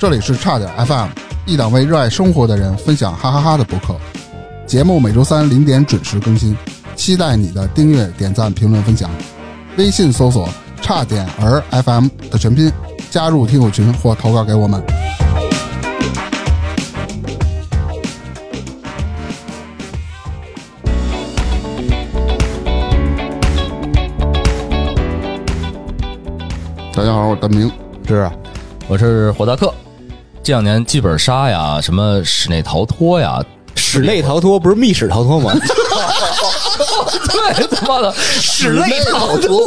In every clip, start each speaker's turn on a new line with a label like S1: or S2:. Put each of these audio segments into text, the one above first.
S1: 这里是差点 FM，一档为热爱生活的人分享哈哈哈的博客。节目每周三零点准时更新，期待你的订阅、点赞、评论、分享。微信搜索“差点儿 FM” 的全拼，加入听友群或投稿给我们。大家好，我是丹明。
S2: 是，我是火大特。这两年剧本杀呀，什么室内逃脱呀，
S3: 室内逃脱不是密室逃脱吗？
S2: 对他妈的，
S3: 室内逃脱，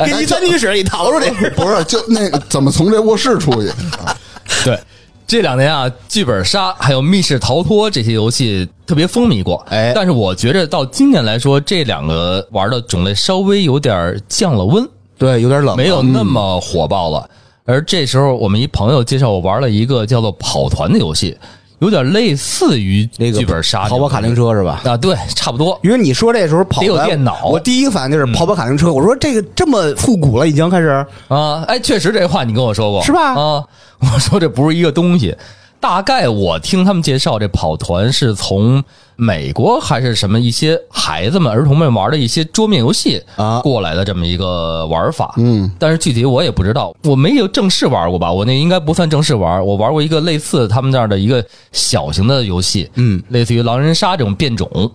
S3: 哎给你三居室你逃出去。
S1: 不是，就那个怎么从这卧室出去？啊
S2: 对这两年啊，剧本杀还有密室逃脱这些游戏特别风靡过。
S3: 哎
S2: 但是我觉着到今年来说，这两个玩的种类稍微有点降了温，
S3: 对，有点冷
S2: 没有那么火爆了。而这时候，我们一朋友介绍我玩了一个叫做跑团的游戏，有点类似于
S3: 那个
S2: 剧本杀这
S3: 跑
S2: 种
S3: 跑卡丁车是吧？
S2: 啊，对，差不多。
S3: 因为你说这时候跑
S2: 得有
S3: 来
S2: 电脑
S3: 我第一个反应就是跑跑卡丁车。我说这个这么复古了，已经开始
S2: 啊，哎，确实这话你跟我说过
S3: 是吧
S2: 啊，我说这不是一个东西。大概我听他们介绍，这跑团是从美国还是什么一些孩子们、儿童们玩的一些桌面游戏
S3: 啊
S2: 过来的这么一个玩法。
S1: 嗯，
S2: 但是具体我也不知道，我没有正式玩过吧？我那应该不算正式玩，我玩过一个类似他们那儿的一个小型的游戏，
S3: 嗯，
S2: 类似于狼人杀这种变种。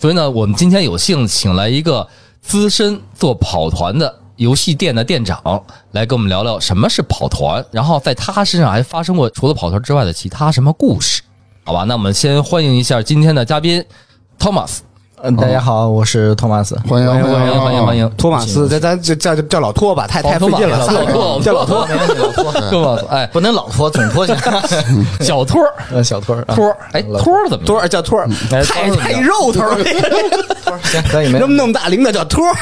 S2: 所以呢，我们今天有幸请来一个资深做跑团的游戏店的店长，来跟我们聊聊什么是跑团，然后在他身上还发生过除了跑团之外的其他什么故事，好吧？那我们先欢迎一下今天的嘉宾 Thomas，
S4: 嗯，大家好，我是托马斯。
S1: 欢迎
S2: 哎欢迎欢迎欢迎
S3: 托马斯，咱咱就叫叫老哦托吧，太
S2: 哎
S3: 太费劲了，
S2: 老托
S3: 叫老托。
S4: 没问题，老托，
S2: ，Thomas，哎，
S4: 不能老托，总托行。
S2: 小托儿
S4: 呃，小托儿啊
S2: 托儿，哎，
S4: 老
S2: 托儿怎么样？
S3: 托儿叫嗯托儿，
S4: 哎
S3: 太
S4: 托儿怎么
S3: 太
S4: 样
S3: 肉头了，
S4: 托儿行，可以没
S3: 那么那么大铃铛叫托儿。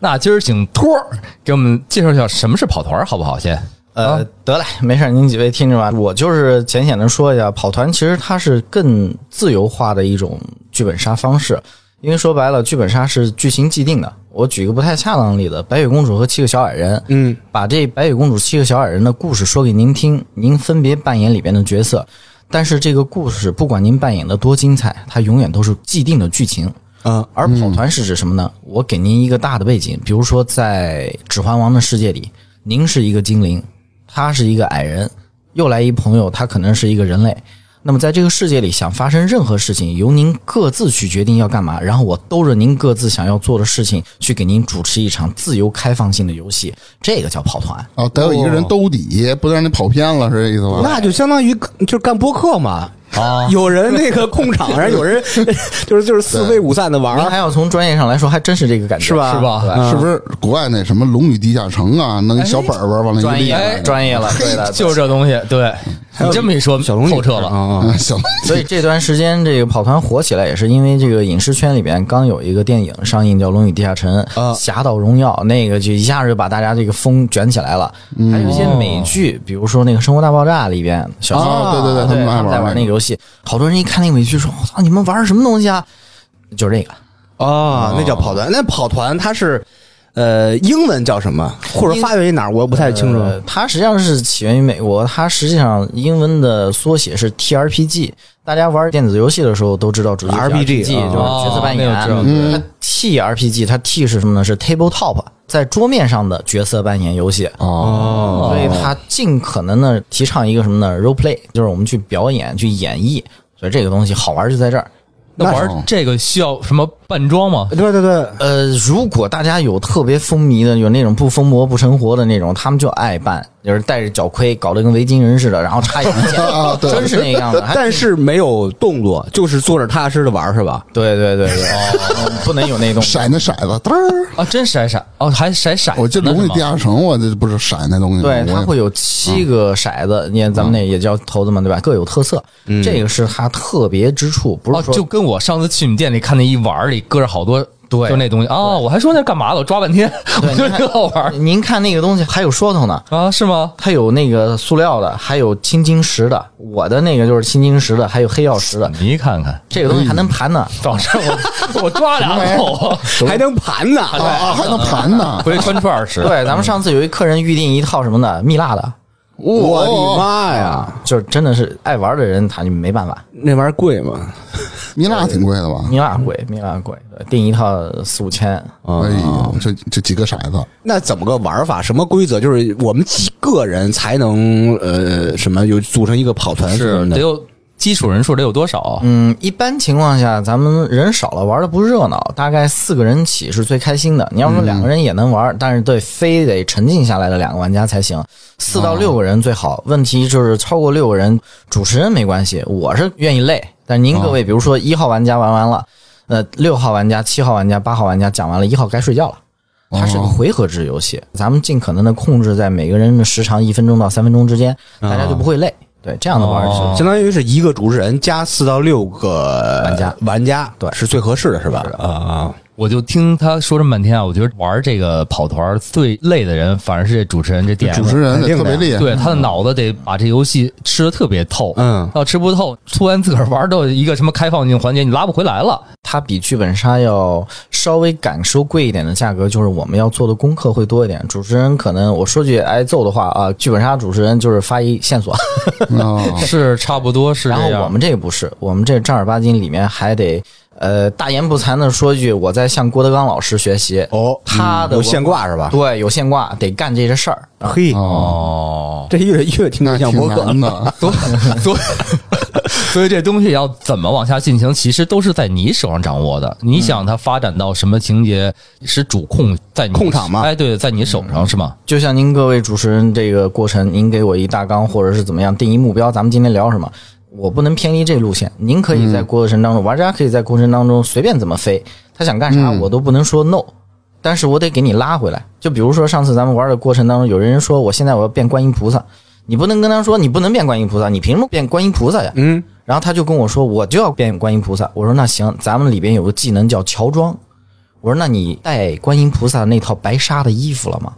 S2: 那今儿请托儿给我们介绍一下什么是跑团，好不好？先，
S4: 呃，得嘞，没事儿，您几位听着吧。我就是浅显的说一下，跑团其实它是更自由化的一种剧本杀方式，因为说白了，剧本杀是剧情既定的。我举个不太恰当的例子，白雪公主和七个小矮人，
S3: 嗯，
S4: 把这白雪公主、七个小矮人的故事说给您听，您分别扮演里边的角色。但是这个故事，不管您扮演的多精彩，它永远都是既定的剧情。
S3: 嗯，
S4: 而跑团是指什么呢？我给您一个大的背景，比如说在《指环王》的世界里，您是一个精灵，他是一个矮人，又来一朋友，他可能是一个人类。那么在这个世界里，想发生任何事情，由您各自去决定要干嘛，然后我兜着您各自想要做的事情，去给您主持一场自由开放性的游戏，这个叫跑团。
S1: 哦，得有一个人兜底，不让你跑偏了，是这意思吧？
S3: 那就相当于就是干播客嘛。
S2: 啊，
S3: 有人那个控场，然后有人就是就是四飞五散的玩
S4: 您
S3: 儿，
S4: 还要从专业上来说，还真是这个感觉，
S3: 是吧？
S2: 是？吧？
S1: 是不是国外那什么《龙与地下城》啊，弄一小本本儿往那一啊立
S4: 专业了，哎专业了，对的，
S2: 就是这东西，对你这么一说，
S3: 小龙女
S2: 透彻了。
S3: 啊，
S1: 嗯行，
S4: 所以这段时间，这个跑团火起来也是因为这个影视圈里边刚有一个电影上映叫《龙与地下城》
S3: 啊
S4: 侠盗荣耀》，那个就一下就把大家这个风卷起来了。
S1: 嗯
S4: 还有一些美剧，比如说那个《生活大爆炸》里边，小时候、啊
S1: 哦对对对他们爱
S4: 他们在
S1: 玩
S4: 玩
S1: 那
S4: 那个游戏，好多人一看那个美剧说：“我操，你们玩什么东西啊？”就是这个，
S3: 哦，那叫跑团。那跑团它是呃，英文叫什么？或者发源于哪儿？我不太清
S4: 呃
S3: 楚。
S4: 它实际上是起源于美国，它实际上英文的缩写是 TRPG。大家玩电子游戏的时候都知道，主机
S3: RPG
S4: 就是角色扮演。
S2: 哦那个知道
S1: 嗯
S4: 它 TRPG，它 T 是什么呢？是 Tabletop，在桌面上的角色扮演游戏。
S2: 啊
S1: 哦，
S4: 所以它尽可能的提倡一个什么呢？Role play，就是我们去表演、去演绎。所以这个东西好玩就在这儿。
S2: 那
S1: 那
S2: 玩这个需要什么扮装吗？
S3: 对对对，
S4: 呃，如果大家有特别风靡的，有那种不疯魔不成活的那种，他们就爱办，就是戴着脚盔，搞得跟维京人似的，然后插眼 镜
S1: 啊，对
S4: 真是那样的。还
S3: 但是没有动作，就是坐着踏实的玩儿是吧？
S4: 对对对对，嗯不能有 那种。
S1: 骰那骰子，嘚儿！
S2: 啊，真骰骰哦，还骰骰子呢，
S1: 我记得《龙与
S2: 是
S1: 地
S2: 吗
S1: 下城》，我这不是骰那东西吗，
S4: 对，
S1: 我
S4: 它
S1: 也
S4: 会有七个骰子，你看咱们那也叫骰子嘛，对吧？各有特色，
S1: 嗯
S4: 这个是它特别之处，不
S2: 哦，
S4: 是说
S2: 就跟我上次去你们店里看那一碗儿里搁着好多，
S4: 对
S2: 就那东西啊，我还说那干嘛了，我抓半天，我
S4: 对
S2: 觉得
S4: 你看
S2: 挺好玩儿
S4: 您看那个东西还有说头呢。
S2: 啊，是吗？
S4: 它有那个塑料的，还有青金石的。我的那个就是青金石的，还有黑曜石的。
S1: 嗯
S2: 你看看，
S4: 这个东西还能盘呢。
S2: 早上我我抓两口，
S3: 还能盘呢，哦
S1: 啊啊，还能盘呢，
S2: 回去穿串儿吃。
S4: 对，咱们上次有一客人预定一套什么的，蜜蜡的，
S3: 我的妈呀，
S4: 就是真的是爱玩的人，他就没办法。
S3: 那玩意儿贵吗？
S1: 蜜蜡挺贵的吧？
S4: 蜜蜡贵，蜜蜡贵，对订一套四五千，
S3: 哦嗯
S1: 哎呦，这这几个骰子，
S3: 那怎么个玩法？什么规则？就是我们几个人才能呃什么有组成一个跑团什
S2: 是
S3: 么
S2: 得
S3: 的？
S2: 有基础人数得有多少？啊
S4: 嗯，一般情况下，咱们人少了，玩的不热闹，大概四个人起是最开心的。你要说两个人也能玩，但是对，非得沉浸下来的两个玩家才行。四到六个人最好，问题就是超过六个人，主持人没关系，我是愿意累。但您各位，比如说一号玩家玩完了，呃，六号玩家、七号玩家、八号玩家讲完了，一号该睡觉了。它
S3: 哦
S4: 是个
S1: 哦
S4: 回合制游戏，咱们尽可能的控制在每个人的时长一分钟到三分钟之间，大家就不会累。
S3: 哦
S4: 对，这样的玩儿是
S2: 哦
S3: 相当于是一个主持人加四到六个
S4: 玩家
S3: 玩家
S4: 对
S3: 是最合适的，是吧？啊啊，
S2: 我就听他说这么半天啊，我觉得玩这个跑团最累的人，反而是这主持人这 DM。
S1: 主持人
S3: 肯
S1: 也
S3: 定
S1: 特
S3: 的
S1: 别
S3: 呀
S1: 厉害。
S4: 嗯
S2: 对他的脑子得把这游戏吃的特别透，
S3: 嗯
S2: 要吃不透，突然自个儿玩到一个什么开放性环节，你拉不回来了。
S4: 它比剧本杀要稍微敢收贵一点的价格，就是我们要做的功课会多一点。主持人可能我说句挨揍的话啊，剧本杀主持人就是发一线索，
S1: 啊，
S2: 是差不多是这
S4: 嗯 然
S2: 样。
S4: 后我们这个不是，我们这正儿八经里面还得呃大言不惭的说一句，我在向郭德纲老师学习，
S3: 哦，
S4: 他的
S3: 有
S4: 文
S3: 现挂是吧？
S4: 对，有现挂得干这些事儿。
S3: 嘿，
S2: 哦，
S3: 这越越听
S1: 那
S3: 着像
S1: 挺
S3: 博客
S1: 难的。
S2: 所以所以 所以这东西要怎么往下进行，其实都是在你手上掌握的。你
S4: 嗯
S2: 想它发展到什么情节，是主控在你
S3: 控场嘛
S2: 哎，对，在你手
S4: 嗯
S2: 上是吗？
S4: 就像您各位主持人这个过程，您给我一大纲，或者是怎么样定一目标，咱们今天聊什么，我不能偏离这路线。您可以在过程当中，玩家可以在过程当中随便怎么飞，他想干啥我都不能说 no，、但是我得给你拉回来。就比如说上次咱们玩的过程当中，有人说我现在我要变观音菩萨，你不能跟他说你不能变观音菩萨，你凭什么变观音菩萨呀？
S3: 嗯，
S4: 然后他就跟我说，我就要变观音菩萨。我说那行，咱们里边有个技能叫乔装。我说那你带观音菩萨那套白纱的衣服了吗？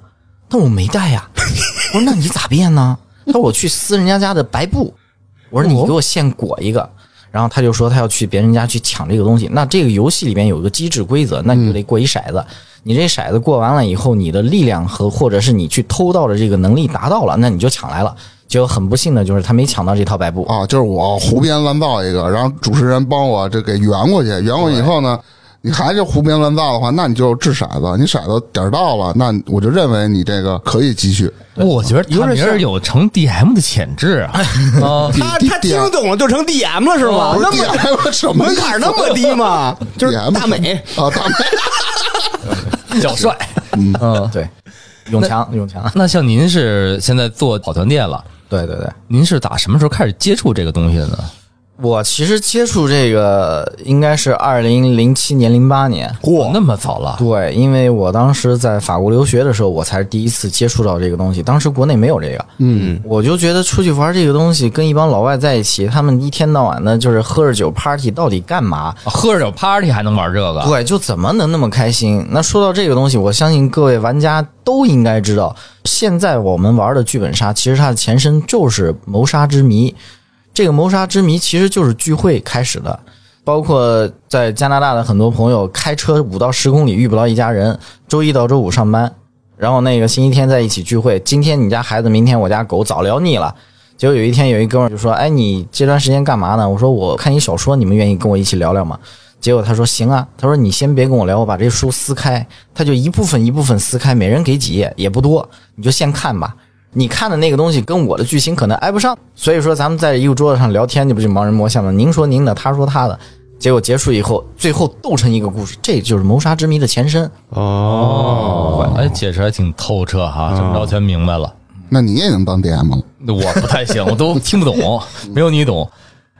S4: 但我没带呀。我说那你咋变呢？他说我去撕人家家的白布。我说你给我现裹一个。然后他就说他要去别人家去抢这个东西。那这个游戏里面有一个机制规则，那你就得过一骰子。你这骰子过完了以后，你的力量和或者是你去偷盗的这个能力达到了，那你就抢来了。结果很不幸的就是他没抢到这套白布。
S1: 啊，就是我胡编乱造一个，然后主持人帮我这给圆过去，圆过去以后呢，你还是胡编乱造的话，那你就掷骰子，你骰子点儿到了，那我就认为你这个可以继续。
S2: 我觉得他明儿有成 DM 的潜质啊！ 啊，
S3: 他
S1: 你
S3: 他
S1: 点
S3: 听懂了就成 DM 了是吗？
S1: 不是
S3: 那
S1: 点
S3: 么
S1: 儿我什么
S3: 门槛那么低 吗？就是
S1: 点儿
S3: 大美，
S1: 啊，大美
S2: 小帅，嗯，
S4: 对，永强，永强，
S2: 那像您是现在做跑团店了，
S4: 对对对。
S2: 您是打什么时候开始接触这个东西的呢？
S4: 我其实接触这个应该是二零零七年、零八年，
S2: 哇，那么早了，
S4: 对，因为我当时在法国留学的时候，我才是第一次接触到这个东西。当时国内没有这个，嗯，我就觉得出去玩这个东西，跟一帮老外在一起，他们一天到晚的就是喝着酒 party，到底干嘛？
S2: 喝着酒 party 还能玩这个？
S4: 对，就怎么能那么开心？那说到这个东西，我相信各位玩家都应该知道，现在我们玩的剧本杀，其实它的前身就是谋杀之谜。这个谋杀之谜其实就是聚会开始的，包括在加拿大的很多朋友开车五到十公里遇不到一家人，周一到周五上班，然后那个星期天在一起聚会。今天你家孩子，明天我家狗，早聊腻了。结果有一天有一哥们儿就说：“哎，你这段时间干嘛呢？”我说：“我看一小说，你们愿意跟我一起聊聊吗？”结果他说行啊，他说你先别跟我聊，我把这书撕开，他就一部分一部分撕开，每人给几页，也不多，你就先看吧。你看的那个东西跟我的剧情可能挨不上，所以说咱们在一个桌子上聊天，你不就盲人摸象吗？您说您的，他说他的，结果结束以后，最后斗成一个故事，这就是谋杀之谜的前身。
S2: 哦，哎，解释还挺透彻哈，
S4: 嗯
S2: 这么着全明白了。
S1: 那你也能当 DM 了？
S2: 那我不太行，我都听不 懂，没有你懂。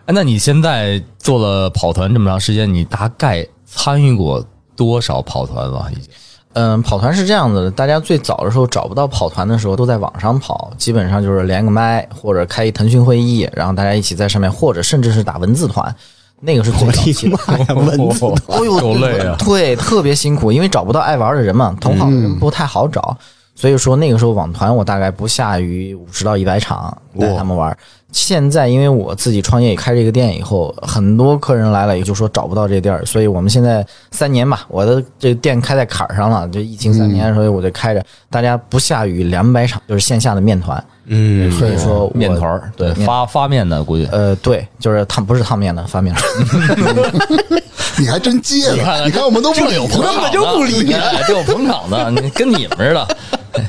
S2: 哎，那你现在做了跑团这么长时间，你大概参与过多少跑团了？已经
S4: 嗯，跑团是这样子的，大家最早的时候找不到跑团的时候，都在网上跑，基本上就是连个麦或者开一腾讯会议，然后大家一起在上面，或者甚至是打文字团，那个是最早期的。
S3: 文字
S4: 哦呦，
S2: 够累啊
S4: 对，特别辛苦，因为找不到爱玩的人嘛，同
S2: 嗯
S4: 行的人不太好找，所以说那个时候网团我大概不下于五十到一百场，带他们玩。现在因为我自己创业也开这个店以后，很多客人来了也就说找不到这地儿，所以我们现在三年吧，我的这个店开在坎儿上了，就疫情三年，所以我就开着，大家不下雨两百场就是线下的面团，
S3: 嗯，
S4: 所以说我
S2: 面团儿，对，
S4: 面
S2: 发发面的估计。
S4: 呃对，就是烫不是烫面的发面，
S1: 嗯你还真接
S2: 你看
S1: 了，
S2: 看
S1: 你看我们都不理，嗯
S2: 捧场的，
S1: 就不理你。
S2: 哎这有捧场的，你跟你们似的。 哎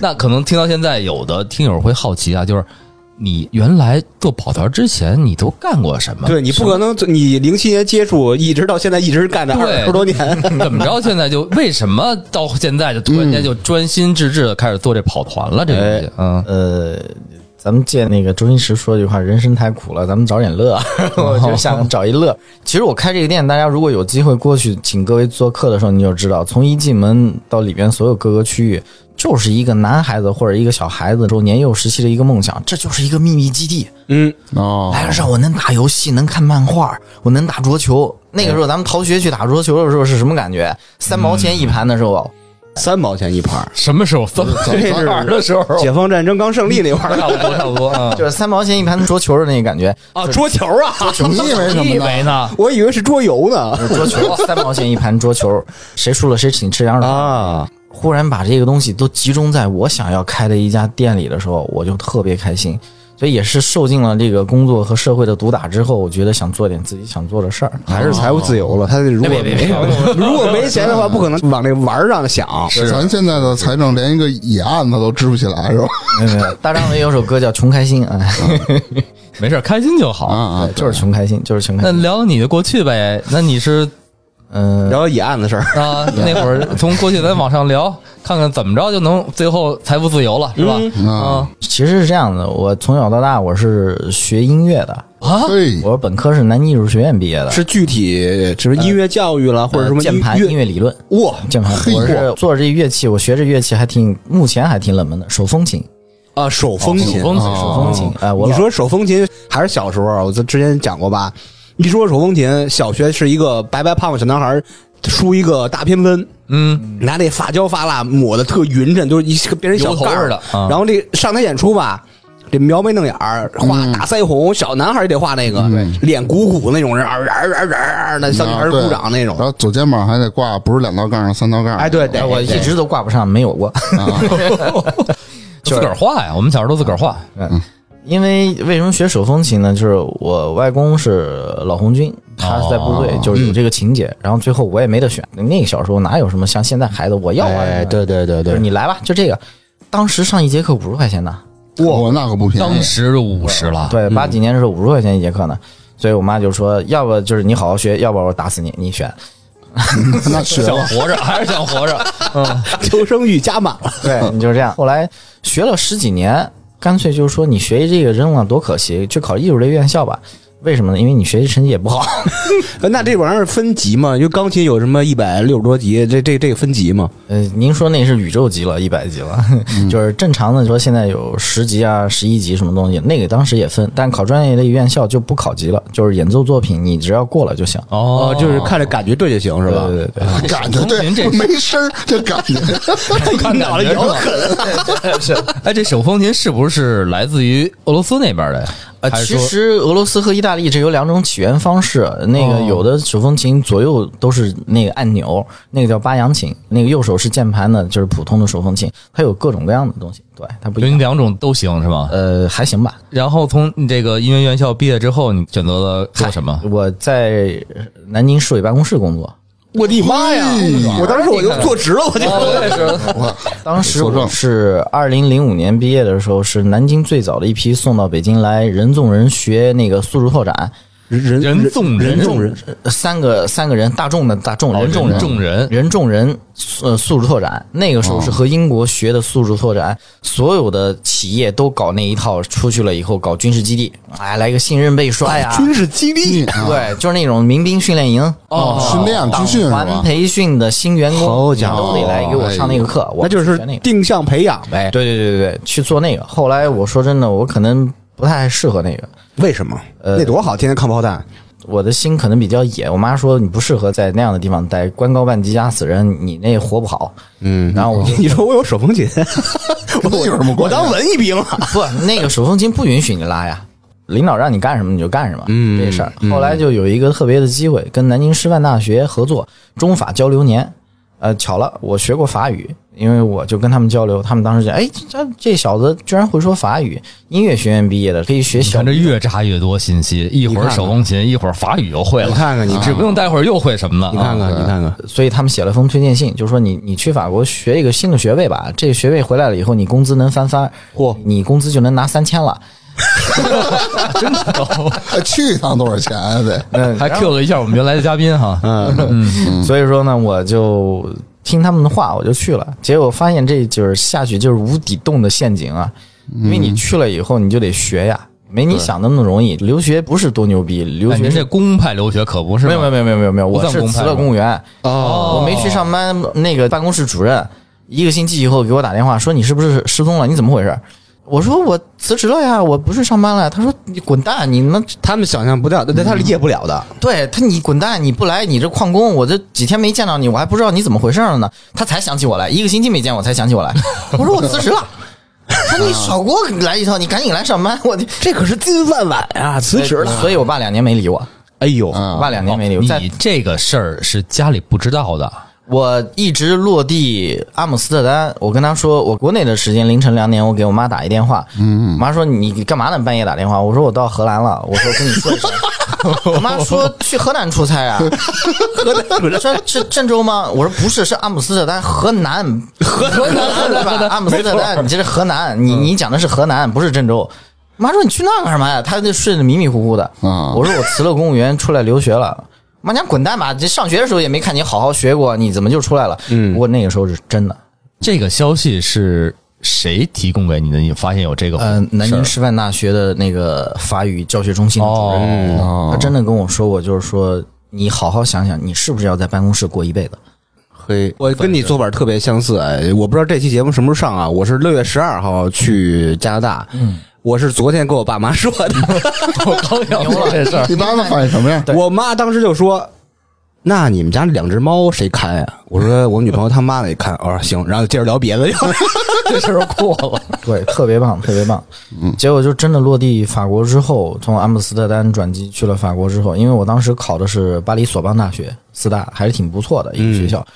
S2: 那可能听到现在，有的听友会好奇啊，就是你原来做跑团之前，你都干过什么？
S3: 对你不可能，你零七年接触，一直到现在一直干着
S2: 对
S3: 二十多 年，
S2: 怎么着？现在就为什么到现在就突然间
S1: 嗯
S2: 就专心致志的开始做这跑团了？这
S1: 哎
S2: 个东西，嗯，
S4: 呃，咱们借那个周星驰说一句话：“人生太苦了，咱们找点乐。”啊 我就想找一乐。其实我开这个店，大家如果有机会过去，请各位做客的时候，你就知道，从一进门到里边所有各个区域，就是一个男孩子或者一个小孩子说年幼时期的一个梦想，这就是一个秘密基地。
S3: 嗯，
S1: 哦，
S4: 来了之后，我能打游戏，能看漫画，我能打桌球。那个时候咱们逃学去打桌球的时候是什么感觉？三毛钱一盘的时候，
S3: 三毛钱一盘儿。
S2: 什么时候？怎么
S3: 这是
S2: 的时候？
S3: 解放战争刚胜利那会 儿
S2: 差不多，差不多啊
S4: 就是三毛钱一盘桌球的那个感觉。
S3: 啊， 桌球啊，
S1: 你以为什
S2: 你以
S1: 么呢？
S2: 为呢？
S3: 我以为是桌游呢
S4: 桌球三毛钱一盘桌球，谁输了谁请吃羊肉饭。
S3: 啊，
S4: 忽然把这个东西都集中在我想要开的一家店里的时候，我就特别开心。所以也是受尽了这个工作和社会的毒打之后，我觉得想做点自己想做的事儿。
S3: 还是财务自由了。他如
S2: 哎
S3: 果没如果没钱的话，不可能往这玩儿上想。
S1: 咱现在的财政连一个野案子都支不起来，是吧？
S4: 没有没有，大张伟有首歌叫《穷开心》，哎，
S2: 没事儿，开心就好。
S1: 啊，
S4: 就是穷开心，就是穷开
S2: 那
S4: 心。
S2: 聊聊你的过去呗。那你是
S4: 嗯，
S3: 聊聊野案子事儿，
S2: 啊，那会儿从过去咱往上聊，看看怎么着就能最后财富自由了，是吧？
S3: 嗯
S1: 啊
S2: 啊
S4: 其实是这样的，我从小到大我是学音乐的，
S2: 啊，
S1: 对，
S4: 我本科是南京艺术学院毕业的，
S3: 是具体就是音乐教育了，或者什么
S4: 呃键盘音
S3: 乐
S4: 乐理论。
S3: 哇
S4: 键盘，
S1: 嘿
S4: 我是做这乐器，我学这乐器还挺，目前还挺冷门的，手风琴，
S3: 啊，手风琴。
S2: 风
S1: 哦
S4: 手风琴，哎，我
S3: 你
S4: 老
S3: 说手风琴还是小时候啊，我之前讲过吧？一说手风琴，小学是一个白白胖胖小男孩儿梳一个大偏分，
S2: 嗯，
S3: 拿那发胶发蜡抹的特匀称，就是一个别人小
S2: 油头
S3: 盖儿
S2: 似的啊
S3: 然后这上台演出吧，这描眉弄眼儿，画大腮红，小男孩也得画那个，脸鼓鼓那种人，啊人人人人那小女孩儿鼓掌那种
S1: 啊然。后左肩膀还得挂，不是两道杠，是三道杠。
S3: 哎，对，对，
S4: 哎我一直都挂不上，没有过，
S2: 哦 自个儿画呀，我们小时候都自个儿画。
S4: 因为为什么学手风琴呢？就是我外公是老红军，他在部队
S2: 哦
S4: 就是有这个情节，然后最后我也没得选。那个小时候哪有什么像现在孩子我要啊？
S3: 哎，对对对
S4: 就是
S3: 对，
S4: 你来吧，就这个。当时上一节课五十块钱呢，
S1: 我那可不便宜
S2: 当。时就五十了，
S4: 对，八几年的时候五十块钱一节课呢，所以我妈就说，要不就是你好好学，要不我打死你，你选。
S1: 那学
S2: 想
S1: 了，
S2: 活着还是想活着。
S3: 求生欲加满了。
S4: 对，你就是这样。后来学了十几年，干脆就是说你学习这个扔了多可惜，去考艺术类院校吧。为什么呢？因为你学习成绩也不好，
S3: 那这玩意儿分级嘛？因为钢琴有什么一百六十多级，这这这个分级嘛？
S4: 呃，您说那是宇宙级了，一百级了， 就是正常的说现在有十级啊、十一级什么东西，那个当时也分，但考专业类院校就不考级了，就是演奏作品你只要过了就行。
S2: 哦
S3: 就是 看着感觉对就行，是吧？
S4: 对对对
S1: 感觉啊对
S2: 您这，
S1: 没声儿，这感觉
S3: 看脑袋摇得很。
S2: 哎，这手风琴是不是来自于俄罗斯那边的呀？
S4: 呃，
S2: 还是
S4: 其
S2: 说
S4: 实俄罗斯和意大利这有两种起源方式。那个
S2: 哦
S4: 有的手风琴左右都是那个按钮，那个叫八扬琴，那个右手是键盘的，就是普通的手风琴，它有各种各样的东西。对，它不一
S2: 您
S4: 样。
S2: 两种都行是吗？
S4: 呃，还行吧。
S2: 然后从你这个音乐院校毕业之后，你选择了做什么？
S4: 我在南京市委办公室工作，
S3: 我的妈哎呀！我当时我就坐直了，我就。
S2: 哦我也是，
S4: 当时
S1: 作证
S4: 我是二零零五年毕业的时候，是南京最早的一批送到北京来人纵人学那个苏竹拓展，
S3: 人
S2: 人纵人
S3: 人纵人，
S4: 呃三个三个人，大众的大众人
S2: 众
S4: 众人
S2: 众哦人
S4: 人众人呃素质拓展，那个时
S3: 哦
S4: 候是和英国学的素质拓展，所有的企业都搞那一套，出去了以后搞军事基地，哎，来个信任背摔呀、
S3: 军事基地
S1: 你，啊
S4: 对，就是那种民兵训练营。
S1: 哦训练军训是
S4: 环
S1: 吧？
S4: 培训的新员工，
S3: 好家伙哎
S4: 都得来给我上那个课，我
S3: 那就
S4: 去
S3: 是
S4: 学那个。哎
S3: 定向培养呗。
S4: 对对对对对，去做那个。后来我说真的，我可能不太适合那个，
S3: 为什么？
S4: 呃
S3: 那多好，天天看炮弹。
S4: 我的心可能比较野。我妈说你不适合在那样的地方待，官高万级压死人，你那活不好。
S3: 嗯，
S4: 然后我 就
S3: 你说我有手风琴，
S1: 跟他有什么
S3: 我
S1: 关系？
S3: 当文艺兵啊了。
S4: 不，那个手风琴不允许你拉呀，领导让你干什么你就干什么，
S3: 嗯
S4: 这事儿。后来就有一个特别的机会，跟南京师范大学合作中法交流年，呃，巧了，我学过法语，因为我就跟他们交流，他们当时讲，哎，这这小子居然会说法语，音乐学院毕业的，可以学
S2: 你
S3: 嗯
S4: 小
S2: 看这越扎越多信息，一会
S3: 你看
S2: 儿
S3: 看
S2: 手风琴，一会儿法语又会了，
S3: 看看你
S2: 指不定待会儿又会什么了。
S3: 你看
S2: 啊
S3: 看，你看看，
S4: 所以他们写了封推荐信，就说你你去法国学一个新的学位吧，这个学位回来了以后，你工资能翻番，
S3: 嚯
S4: 你工资就能拿三千了。
S1: 去一趟多少钱啊？得
S4: 那
S2: 还 Q 了一下我们原来的嘉宾哈，啊
S3: 嗯，
S4: 所以说呢，我就听他们的话，我就去了。结果发现这就是下去就是无底洞的陷阱啊！因为你去了以后，你就得学呀，没你想的那么容易。留学不是多牛逼，留
S2: 哎，
S4: 学
S2: 您这
S4: 是。
S2: 公派留学可不是
S4: 没有没有没有没有没有没有，
S2: 不
S4: 我
S2: 算
S4: 是
S2: 公派
S4: 辞
S2: 吗
S4: 了公务员，
S2: 哦
S4: 我没去上班。那个办公室主任一个星期以后给我打电话说你是不是失踪了？你怎么回事？我说我辞职了呀，我不是上班了。他说你滚蛋，你们
S3: 他们想象不到，但他理解不了的。
S4: 对他，你滚蛋！你不来，你这旷工，我这几天没见到你，我还不知道你怎么回事了呢。他才想起我来，一个星期没见我才想起我来。 我说我辞职了。他说你少给我来一套，你赶紧来上班。我的
S3: 这可是金饭碗啊！辞职了，哦
S4: 所以我爸两年没理我，
S3: 哎呦，
S4: 我爸两年没理
S2: 有，
S4: 我。在
S2: 哦你这个事儿是家里不知道的，
S4: 我一直落地阿姆斯特丹，我跟他说，我国内的时间凌晨两点，我给我妈打一电话，嗯，妈说你干嘛呢？半夜打电话？我说我到荷兰了，我说跟你说一 声。我妈说去河南出 差啊，河南说是郑州吗？我说不是，是阿姆斯特丹，河南，河南嗯对吧？ 阿姆斯特丹，你这是河南，你你讲的是河南，不是郑州。妈说你去那干什么呀？她就睡得迷迷糊糊的。
S1: 啊
S4: 我说我辞了公务员出来留学了。妈你滚蛋吧！这上学的时候也没看你好好学过，你怎么就出来了？嗯，我那个时候是真的。
S2: 这个消息是谁提供给你的？你发现有这个
S4: 呃，南
S2: 事儿
S4: 京师范大学的那个法语教学中心的主任，嗯
S2: 哦
S4: 他真的跟我说过，就是说你好好想想，你是不是要在办公室过一辈子？
S3: 嘿，我跟你做法特别相似。哎，我不知道这期节目什么时候上啊？我是六月十二号去加拿大，嗯，我是昨天跟我爸妈说的。
S2: 我刚想说这事儿，
S1: 你妈妈反应 什么呀？
S3: 我妈当时就说：“那你们家两只猫谁看呀？”我说：“我女朋友她妈给看。”我说：“行。”然后接着聊别的去了。
S2: 这事儿过了。
S4: 对，特别棒，特别棒。
S3: 嗯
S4: 嗯结果就真的落地法国之后，从阿姆斯特丹转机去了法国之后，因为我当时考的是巴黎索邦大学，四大还是挺不错的一个学
S3: 嗯
S4: 校。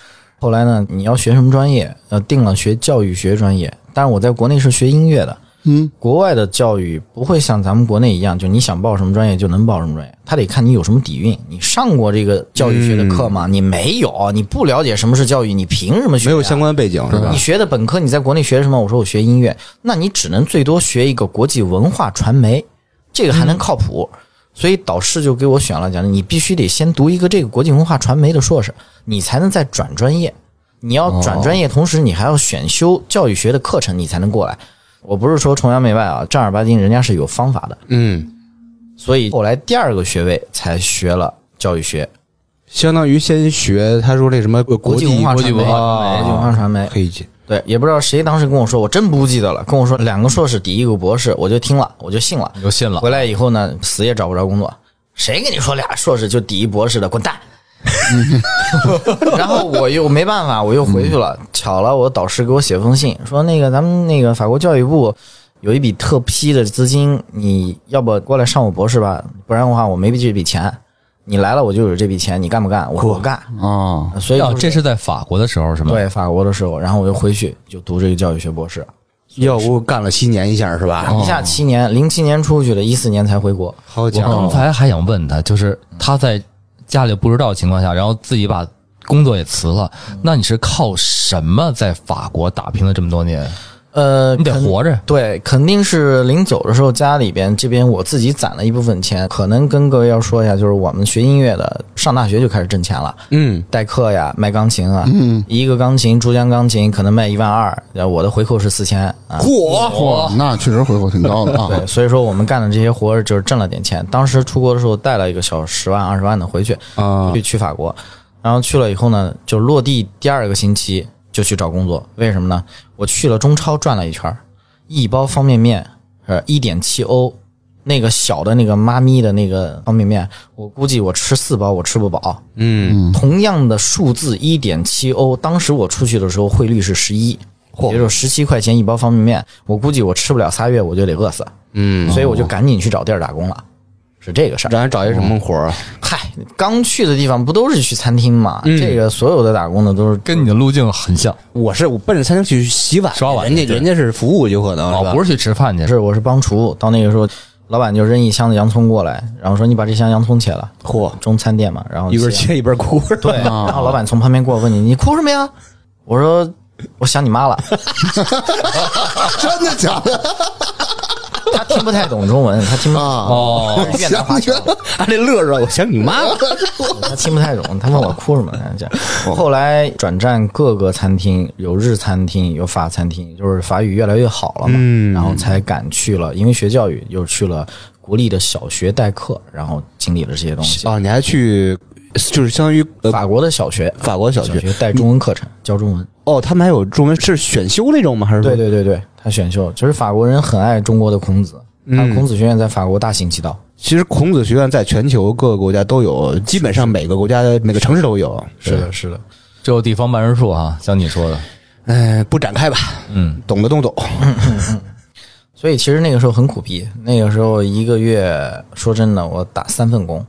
S4: 后来呢，你要学什么专业？呃，定了学教育学专业，但是我在国内是学音乐的。
S1: 嗯，
S4: 国外的教育不会像咱们国内一样，就你想报什么专业就能报什么专业，他得看你有什么底蕴。你上过这个教育学的课吗？你没有，你不了解什么是教育，你凭什么
S3: 嗯
S4: 学、
S3: 没
S4: 啊？
S3: 有相关背景是吧
S4: 你？学的本科，你在国内学什么？我说我学音乐，那你只能最多学一个国际文化传媒，这个还能靠谱。
S3: 嗯
S4: 所以导师就给我选了，讲你必须得先读一个这个国际文化传媒的硕士，你才能再转专业。你要转专业，同时你还要选修教育学的课程，你才能过来。我不是说崇洋媚外啊，正儿八经人家是有方法的。
S3: 嗯，
S4: 所以后来第二个学位才学了教育学，
S3: 相当于先学他说这什么呃国
S4: 国
S3: 际
S4: 际文化
S3: 国
S4: 传
S3: 际
S4: 媒，
S3: 文
S4: 国际文化
S3: 化
S4: 传媒。
S3: 嘿姐
S4: 对，也不知道谁当时跟我说，我真不记得了。跟我说两个硕士抵一个博士，我就听了，我就信了。
S2: 你就信了
S4: 回来以后呢，死也找不着工作。谁跟你说俩硕士就抵一博士 的？滚蛋！ 然后我又没办法，我又回去了。
S2: 嗯
S4: 巧了，我导师给我写封信，说那个咱们那个法国教育部有一笔特批的资金，你要不过来上我博士吧？不然的话我没这笔钱。你来了我就有这笔钱，你干不干？我说我干。
S1: 啊，
S4: 所以
S2: 哦，
S4: 就是
S2: 这是在法国的时候是吗？，
S4: 对法国的时候，然后我又回去就读这个教育学博士。
S3: 要不干了七年一下是吧？
S4: 一下七年，零七年出去的，一四年才回国。
S3: 好
S2: 我
S3: 家
S2: 刚
S3: 伙，
S2: 才还想问他，就是他在家里不知道的情况下，然后自己把工作也辞了，那你是靠什么在法国打拼了这么多年？
S4: 呃，
S2: 你得
S4: 肯
S2: 活着。
S4: 对，肯定是临走的时候，家里边这边我自己攒了一部分钱。可能跟各位要说一下，就是我们学音乐的，上大学就开始挣钱了，
S3: 嗯，
S4: 代课呀，卖钢琴啊，一个钢琴，珠江钢琴可能卖一万二，然后我的回扣是四千啊。
S3: 嚯，
S2: 哦
S1: 嚯，那确实回扣挺高的啊。
S4: 对，所以说我们干的这些活儿就是挣了点钱。当时出国的时候带了一个小十万、二十万的回去，
S3: 啊
S4: 去去法国，然后去了以后呢，就落地第二个星期就去找工作。为什么呢？我去了中超转了一圈儿，一包方便面呃一点七欧，那个小的那个妈咪的那个方便面，我估计我吃四包我吃不饱。
S3: 嗯，
S4: 同样的数字一点七欧，当时我出去的时候汇率是十一。比如说十七块钱一包方便面，我估计我吃不了仨月我就得饿死，
S3: 嗯，
S4: 所以我就赶紧去找地儿打工了，是这个事儿。
S3: 让人找一什么活儿啊？
S4: 嗨，刚去的地方不都是去餐厅嘛？这个所有的打工的都是
S2: 嗯跟你的路径很像。
S3: 我是我奔着餐厅去洗碗，
S2: 刷碗
S3: 人家
S2: 对
S3: 人家是服务，有可能
S2: 哦，不
S3: 是吧
S2: 是去吃饭去，
S4: 是我是帮厨，到那个时候，老板就扔一箱子洋葱过来，然后说你把这箱洋葱切了，
S3: 嚯，
S4: 中餐店嘛，然后
S3: 一边
S4: 切，
S3: 切一边哭，
S4: 对，啊然后老板从旁边过来问你你哭什么呀？我说我想你妈了，
S1: 真的假的？
S4: 他听不太懂中文，他听不
S1: 啊，
S2: 哦，
S4: 越南话
S1: 想起
S4: 腔
S1: 来，了，
S3: 啊，这乐乐，我想你妈 了，
S4: 他听不太懂，他问我哭什么这样。后来转战各个餐厅，有日餐厅，有法餐厅，就是法语越来越好了嘛，然后才敢去了，因为学教育又去了国立的小学代课，然后经历了这些东西。
S3: 啊，你还去，就是相当于呃
S4: 法国的小学，
S3: 法国小
S4: 小
S3: 学
S4: 学带中文课程，教中文。
S3: 哦，他们还有中文是选修那种吗？还是说
S4: 对对对对，他选秀，就是法国人很爱中国的孔子，他孔子学院在法国大行其道。
S3: 其实孔子学院在全球各个国家都有，基本上每个国家的每个城市都有。
S4: 是的，是的，
S2: 只有地方办事处哈，像你说的，
S3: 哎，不展开吧，
S2: 嗯，
S3: 懂的都 懂。
S4: 所以其实那个时候很苦逼，那个时候一个月说真的，我打三份工，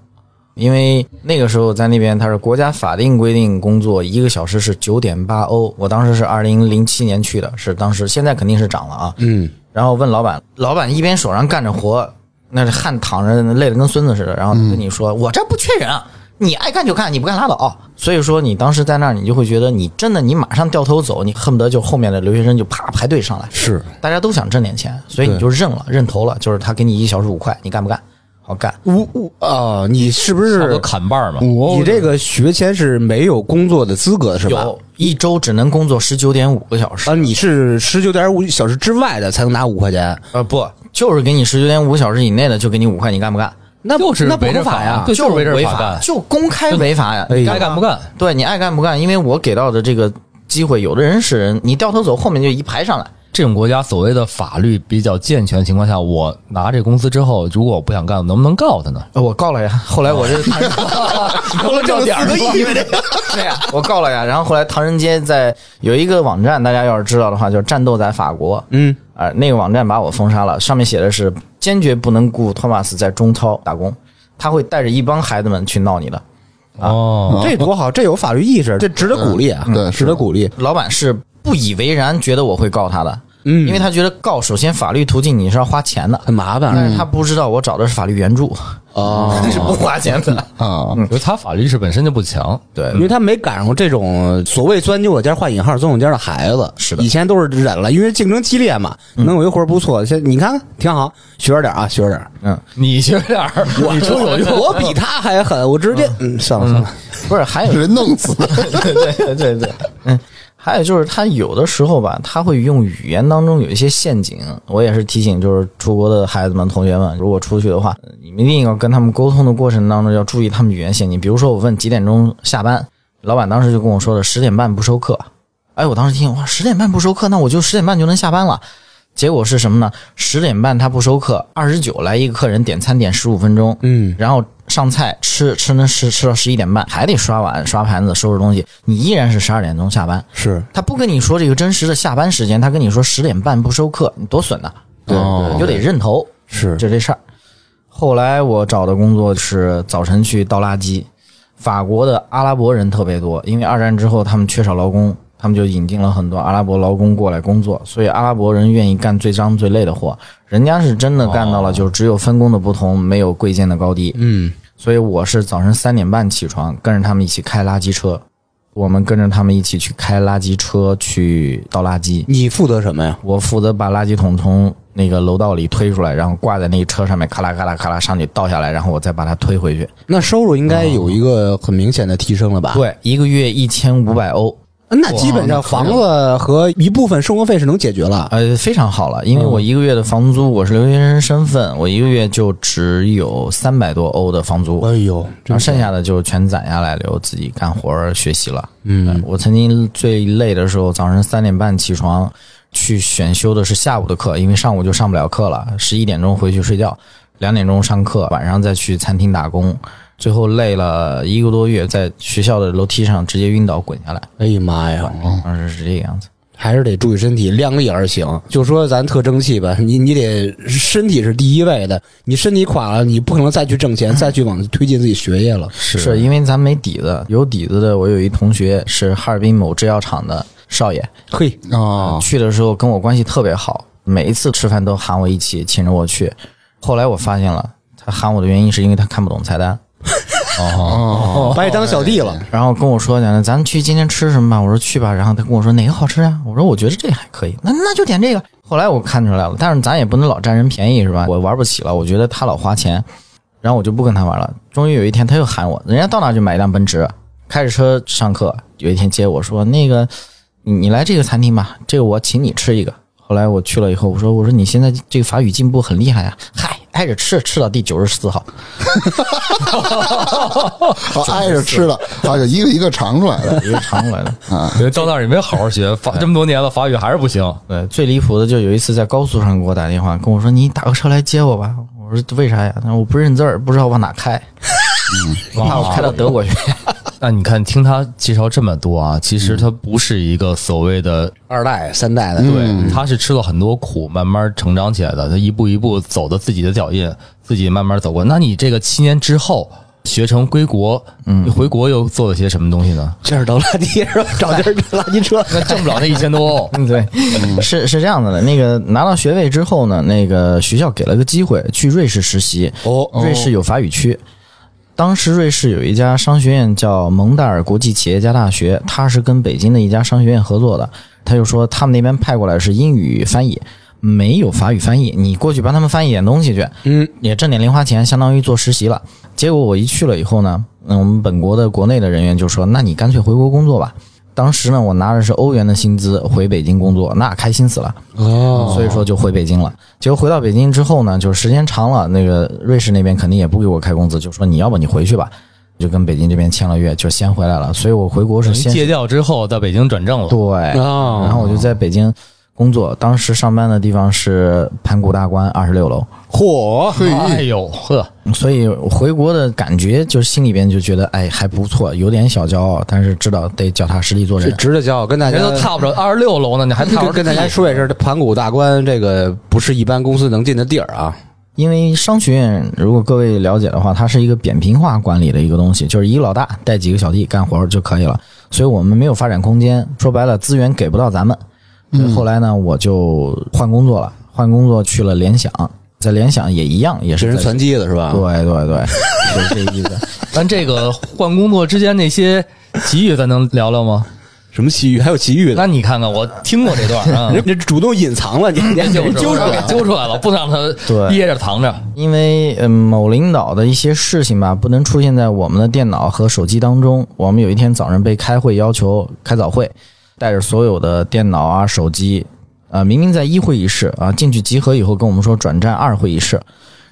S4: 因为那个时候在那边他是国家法定规定工作一个小时是九点八欧，我当时是二零零七年去的，是当时现在肯定是涨了啊，
S3: 嗯，
S4: 然后问老板，老板一边手上干着活，那是汗淌着，累得跟孙子似的，然后跟你说：“我这不缺人，啊，你爱干就干，你不干拉倒。”啊所以说，你当时在那儿，你就会觉得你真的你马上掉头走，你恨不得就后面的留学生就啪排队上来，
S3: 是
S4: 大家都想挣点钱，所以你就认了，认投了，就是他给你一小时五块，你干不干？好干。
S3: 我我啊，你是不
S2: 差不多
S3: 是
S2: 砍半儿嘛。
S3: 你这个学签是没有工作的资格的是吧？
S4: 有一周只能工作十九点五个小时
S3: 啊，，你是十九点五小时之外的才能拿五块钱，
S4: 呃，不，就是给你十九点五小时以内的就给你五块，你干不干？
S3: 那
S2: 就是
S3: 那不
S2: 围着
S3: 合法
S2: 法
S3: 呀。
S2: 对就是
S4: 是
S2: 围着
S4: 啊违
S2: 法干
S4: 就公开违法呀！
S3: 哎
S4: 你
S3: 呀
S2: 该干不干，
S4: 对你爱干不干，因为我给到的这个机会，有的人是你掉头走，后面就一排上来。
S2: 这种国家所谓的法律比较健全的情况下，我拿这工资之后，如果我不想干，我能不能告他呢？
S4: 呃我告了呀，后来我 这唐人，我
S3: 挣了四个亿啊了这个
S4: 对呀， 我告了呀。然后后来唐人街在有一个网站，大家要是知道的话，叫战斗在法国。
S3: 嗯，
S4: 啊、那个网站把我封杀了，上面写的是坚决不能雇托马斯在中超打工，他会带着一帮孩子们去闹你的。
S2: 哦，
S3: 这多好，这有法律意识，这值得鼓励啊，
S1: 嗯对
S3: 值得鼓励。
S4: 老板是不以为然，觉得我会告他的，
S3: 嗯
S4: 因为他觉得告首先法律途径你是要花钱的，
S3: 很麻烦
S4: 但是他不知道我找的是法律援助，
S3: 啊，
S4: 是不花钱的。
S1: 啊，
S2: 因为他法律意识本身就不强，
S4: 对
S3: 因，为他没赶上这种所谓钻牛角尖、画引号钻牛角尖的孩子，
S4: 是的
S3: 以前都是忍了，因为竞争激烈嘛，能有一活儿不错。现在你看看挺好，学着点啊，学着点。
S4: 嗯，
S2: 你学点儿，你说有用，
S3: 我比他还狠，我直接嗯，算了算了，
S4: 不是，还有
S1: 人弄死了
S4: 对对对对，嗯，还有就是他有的时候吧，他会用语言当中有一些陷阱。我也是提醒，就是出国的孩子们、同学们，如果出去的话，呃你们一定要跟他们沟通的过程当中要注意他们语言陷阱。比如说，我问几点钟下班，老板当时就跟我说了十点半不收课。哎，我当时听哇，十点半不收课，那我就十点半就能下班了。结果是什么呢？十点半他不收课，二十九来一个客人点餐点十五分钟，
S3: 嗯，
S4: 然后上菜吃吃呢吃吃到十一点半，还得刷碗刷盘子收拾东西，你依然是十二点钟下班。
S3: 是
S4: 他不跟你说这个真实的下班时间，他跟你说十点半不收课，你多损呐、
S3: 对
S4: 你就得认头，
S3: 是
S4: 就这事儿。后来我找的工作是早晨去倒垃圾，法国的阿拉伯人特别多，因为二战之后他们缺少劳工，他们就引进了很多阿拉伯劳工过来工作，所以阿拉伯人愿意干最脏最累的活，人家是真的干到了，就只有分工的不同，没有贵贱的高低。
S3: 嗯，
S4: 所以我是早晨三点半起床，跟着他们一起开垃圾车，我们跟着他们一起去开垃圾车去倒垃圾。
S3: 你负责什么呀？
S4: 我负责把垃圾桶从那个楼道里推出来，然后挂在那个车上面，咔啦咔啦咔啦上去倒下来，然后我再把它推回去。
S3: 那收入应该有一个很明显的提升了吧？，
S4: 对，一个月一千五百欧，
S3: 那基本上房子和一部分生活费是能解决了。
S4: 呃，非常好了，因为我一个月的房租，我是留学生身份，我一个月就只有三百多欧的房租。
S3: 哎呦，
S4: 然
S3: 真
S4: 后
S3: 是
S4: 剩下的就全攒下来留自己干活儿学习了。嗯，我曾经最累的时候，早上三点半起床去选修的是下午的课，因为上午就上不了课了，十一点钟回去睡觉，两点钟上课，晚上再去餐厅打工，最后累了一个多月，在学校的楼梯上直接晕倒滚下来，
S3: 哎呀妈呀，
S4: 当时是这个样子。
S3: 还是得注意身体，量力而行。就说咱特争气吧，你你得身体是第一位的，你身体垮了，你不可能再去挣钱，再去往推进自己学业了。
S2: 是
S4: 是因为咱没底子，有底子的，我有一同学是哈尔滨某制药厂的少爷，
S3: 嘿，
S1: 啊，
S4: 去的时候跟我关系特别好，每一次吃饭都喊我一起，请着我去。后来我发现了，他喊我的原因是因为他看不懂菜单，
S2: 哦，
S3: 把你当小弟了。
S4: 然后跟我说讲，咱去今天吃什么吧？我说去吧。然后他跟我说哪个好吃啊？我说我觉得这还可以，那那就点这个。后来我看出来了，但是咱也不能老占人便宜是吧？我玩不起了，我觉得他老花钱，然后我就不跟他玩了。终于有一天他又喊我，人家到那就买一辆奔驰，开着车上课。有一天接我说那个你你来这个餐厅吧，这个我请你吃一个。后来我去了以后，我说我说你现在这个法语进步很厉害啊，嗨，挨着吃吃到第九十四号，
S1: 好挨着吃了，他就一个一个尝出来的。
S4: 一个尝过来 的。
S2: 到那儿也没好好学， 法这么多年了，法语还是不行。
S4: 对，最离谱的就有一次在高速上给我打电话，跟我说你打个车来接我吧。我说为啥呀？他说我不认字儿，不知道往哪开，怕我开到德国去。，
S2: 那你看，听他介绍这么多啊，其实他不是一个所谓的，
S3: 二代、三代的，
S2: 对，
S1: 嗯
S2: 他是吃了很多苦，慢慢成长起来的。他一步一步走的自己的脚印，自己慢慢走过。那你这个七年之后学成归国，嗯，回国又做了些什么东西呢？
S3: 这是倒垃圾是吧？找地儿垃圾车。
S2: 那挣不了那一千多 欧
S4: 嗯， 对，是是这样子的。那个拿到学位之后呢，那个学校给了个机会去瑞士实习。
S3: 哦，
S4: 瑞士有法语区。当时瑞士有一家商学院叫蒙代尔国际企业家大学，它是跟北京的一家商学院合作的。他就说他们那边派过来是英语翻译，没有法语翻译，你过去帮他们翻译点东西去，
S3: 嗯，
S4: 也挣点零花钱，相当于做实习了。结果我一去了以后呢，嗯，我们本国的国内的人员就说，那你干脆回国工作吧。当时呢，我拿的是欧元的薪资回北京工作，那开心死了。
S3: 哦，
S4: 所以说就回北京了。结果回到北京之后呢，就是时间长了，那个瑞士那边肯定也不给我开工资，就说你要不你回去吧，就跟北京这边签了约，就先回来了。所以我回国是先
S2: 戒掉之后到北京转正了。
S4: 对，
S3: 哦
S4: 然后我就在北京工作，当时上班的地方是盘古大观二十六楼，
S3: 嚯，
S2: 哎呦呵，
S4: 所以回国的感觉就是心里边就觉得哎还不错，有点小骄傲，但是知道得脚踏实地做
S3: 这
S4: 人。
S3: 值得骄傲，跟大家
S2: 人都踏不着二十六楼呢，你还踏
S3: 跟
S2: 着
S3: 跟大家说一声，这盘古大观这个不是一般公司能进的地儿啊。
S4: 因为商学院，如果各位了解的话，它是一个扁平化管理的一个东西，就是一个老大带几个小弟干活就可以了，所以我们没有发展空间。说白了，资源给不到咱们。所以后来呢，我就换工作了，换工作去了联想，在联想也一样，也
S3: 这
S4: 是
S3: 人啊
S4: 在
S3: 传机的是吧？
S4: 对对对， 就是这意思。
S2: 咱这个换工作之间那些奇遇，咱能聊聊吗？
S3: 什么奇遇？还有奇遇的
S2: 那，你看看，我听过这 段啊，
S3: 人人主动隐藏了，你你
S2: 人
S3: 人
S2: 揪出
S3: 揪出
S2: 来
S3: 来
S2: 了，揪出来了，不让他
S4: 对
S2: 掖着藏着。
S4: 因为嗯、呃某领导的一些事情吧，不能出现在我们的电脑和手机当中。我们有一天早上被开会要求开早会，带着所有的电脑啊、手机，啊，明明在一会议室啊，进去集合以后跟我们说转战二会议室，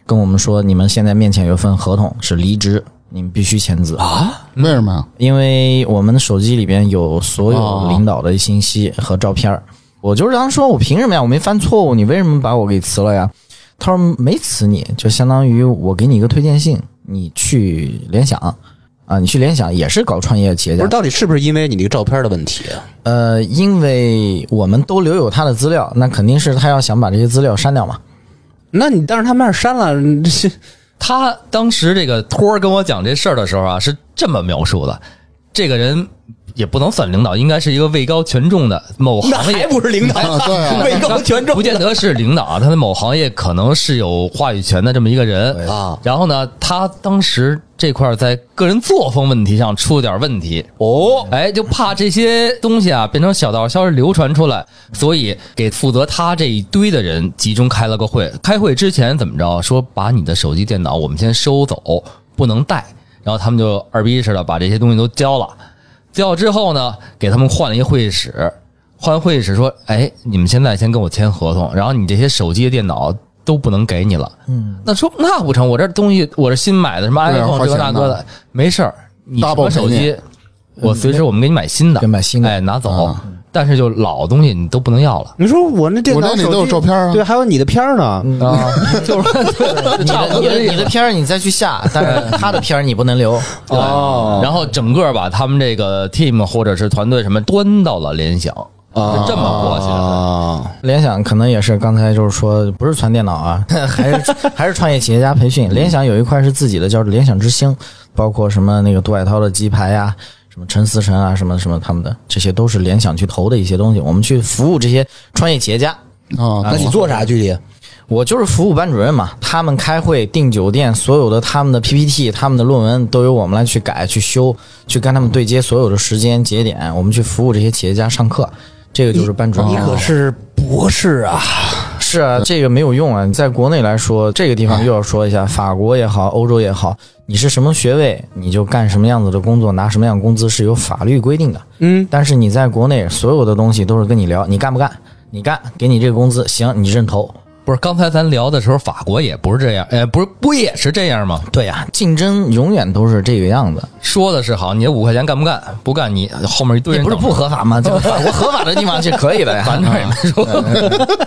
S4: 跟我们说你们现在面前有一份合同是离职，你们必须签字啊，
S1: 为什么呀？
S4: 因为我们的手机里边有所
S3: 哦
S4: 有领导的信息和照片儿。我就让他说，我凭什么呀？我没犯错误，你为什么把我给辞了呀？他说没辞你，就相当于我给你一个推荐信，你去联想啊，你去联想也是搞创业企业
S3: 不
S4: 家
S3: 是，，到底是不是因为你这个照片的问题啊？
S4: 呃，因为我们都留有他的资料，那肯定是他要想把这些资料删掉嘛。
S3: 那你但是他们那儿删 了，你这些
S2: 他当时这个托儿跟我讲这事儿的时候啊，是这么描述的：这个人也不能算领导，应该是一个位高权重的某
S3: 那
S2: 行
S3: 还
S2: 业，
S3: 不是领导
S1: 啊，对 啊
S3: 位高权重
S2: 不见得是领导啊，他在某行业可能是有话语权的这么一个人。
S3: 啊？
S2: 然后呢，他当时这块儿在个人作风问题上出了点问题，
S3: 哦，
S2: 哎，就怕这些东西啊变成小道消息流传出来，所以给负责他这一堆的人集中开了个会。开会之前怎么着？说把你的手机、电脑我们先收走，不能带。然后他们就二逼似的把这些东西都交了。交了之后呢，给他们换了一会议室，换会议室说：“哎，你们现在先跟我签合同，然后你这些手机、电脑。”都不能给你了，嗯，那说那不成，我这东西我这新买的什么
S1: 对啊
S2: iPhone
S1: 花
S2: 这个
S1: 钱
S2: 那
S1: 呢
S2: 个的，没事儿，你什
S1: Double
S2: 么手
S1: 赔
S2: 机
S1: 你
S2: 我随时我们给你买新的，
S4: 给买新的
S2: 哎，拿走。但是就老东西你都不能要 了。
S3: 你说我那电
S1: 我
S3: 脑
S1: 这里
S3: 手
S1: 都有
S3: 机
S1: 照片啊
S3: 对，还有你的片儿呢。
S2: 啊，就是说
S4: 你
S2: 差不多
S4: 的你
S2: 这
S4: 的
S2: 意
S4: 你
S2: 思
S4: 的 片儿你再去下，但是他的片儿你不能留。
S3: 哦，
S2: 然后整个把他们这个 team 或者是团队什么端到了联想。
S3: 啊，
S2: 这么火起来
S3: 来
S4: 联想可能也是刚才就是说，不是传电脑啊， 还是还是创业企业家培训。联想有一块是自己的，叫联想之星，包括什么那个杜海涛的鸡排呀、什么陈思诚啊，什么什么他们的，这些都是联想去投的一些东西。我们去服务这些创业企业家，
S1: 啊，
S3: 那你做啥具体？
S4: 我就是服务班主任嘛，他们开会订酒店，所有的他们的 PPT、他们的论文都由我们来去改、去修、去跟他们对接所有的时间节点，我们去服务这些企业家上课，这个就是班主任。
S3: 你可是博士啊！
S4: 是
S2: 嗯
S4: 啊，这个没有用啊！你在国内来说，这个地
S2: 啊
S4: 方又要说一下，法国也好，欧洲也好，你是什么学位，你就干什么样子的工作，拿什么样的工资是有法律规定的。
S3: 嗯，
S4: 但是你在国内，所有的东西都是跟你聊，你干不干？你干，给你这个工资，行，你认投。
S2: 不是，刚才咱聊的时候，法国也不是这样，哎，不是，不也是这样吗？
S4: 对哎呀、竞争永远都是这个样子。
S2: 说的是好，你这五块钱干不干？不干你后面一堆
S4: 也
S2: 人
S4: 不是
S2: 等着
S4: 不合法 吗？这个法国合法的地方是可以的呀。
S2: 咱这儿也没说。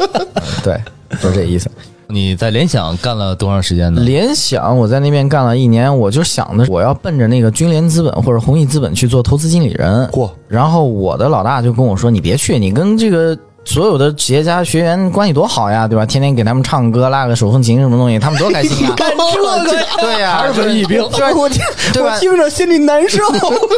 S4: 对，就是这意思。
S2: 你在联想干了多长时间呢？
S4: 联想，我在那边干了一年，我就想的我要奔着那个君联资本或者弘毅资本去做投资经理人。
S3: 嚯
S4: 然后我的老大就跟我说：“你别去，你跟这个所有的企业家学员关系多好呀，对吧？天天给他们唱歌、拉个手风琴什么东西，他们多开 心啊！
S3: 干这个，
S4: 对呀、
S2: 还是文艺兵
S4: 对
S3: 我听
S4: 对吧
S3: 我听着心里难受。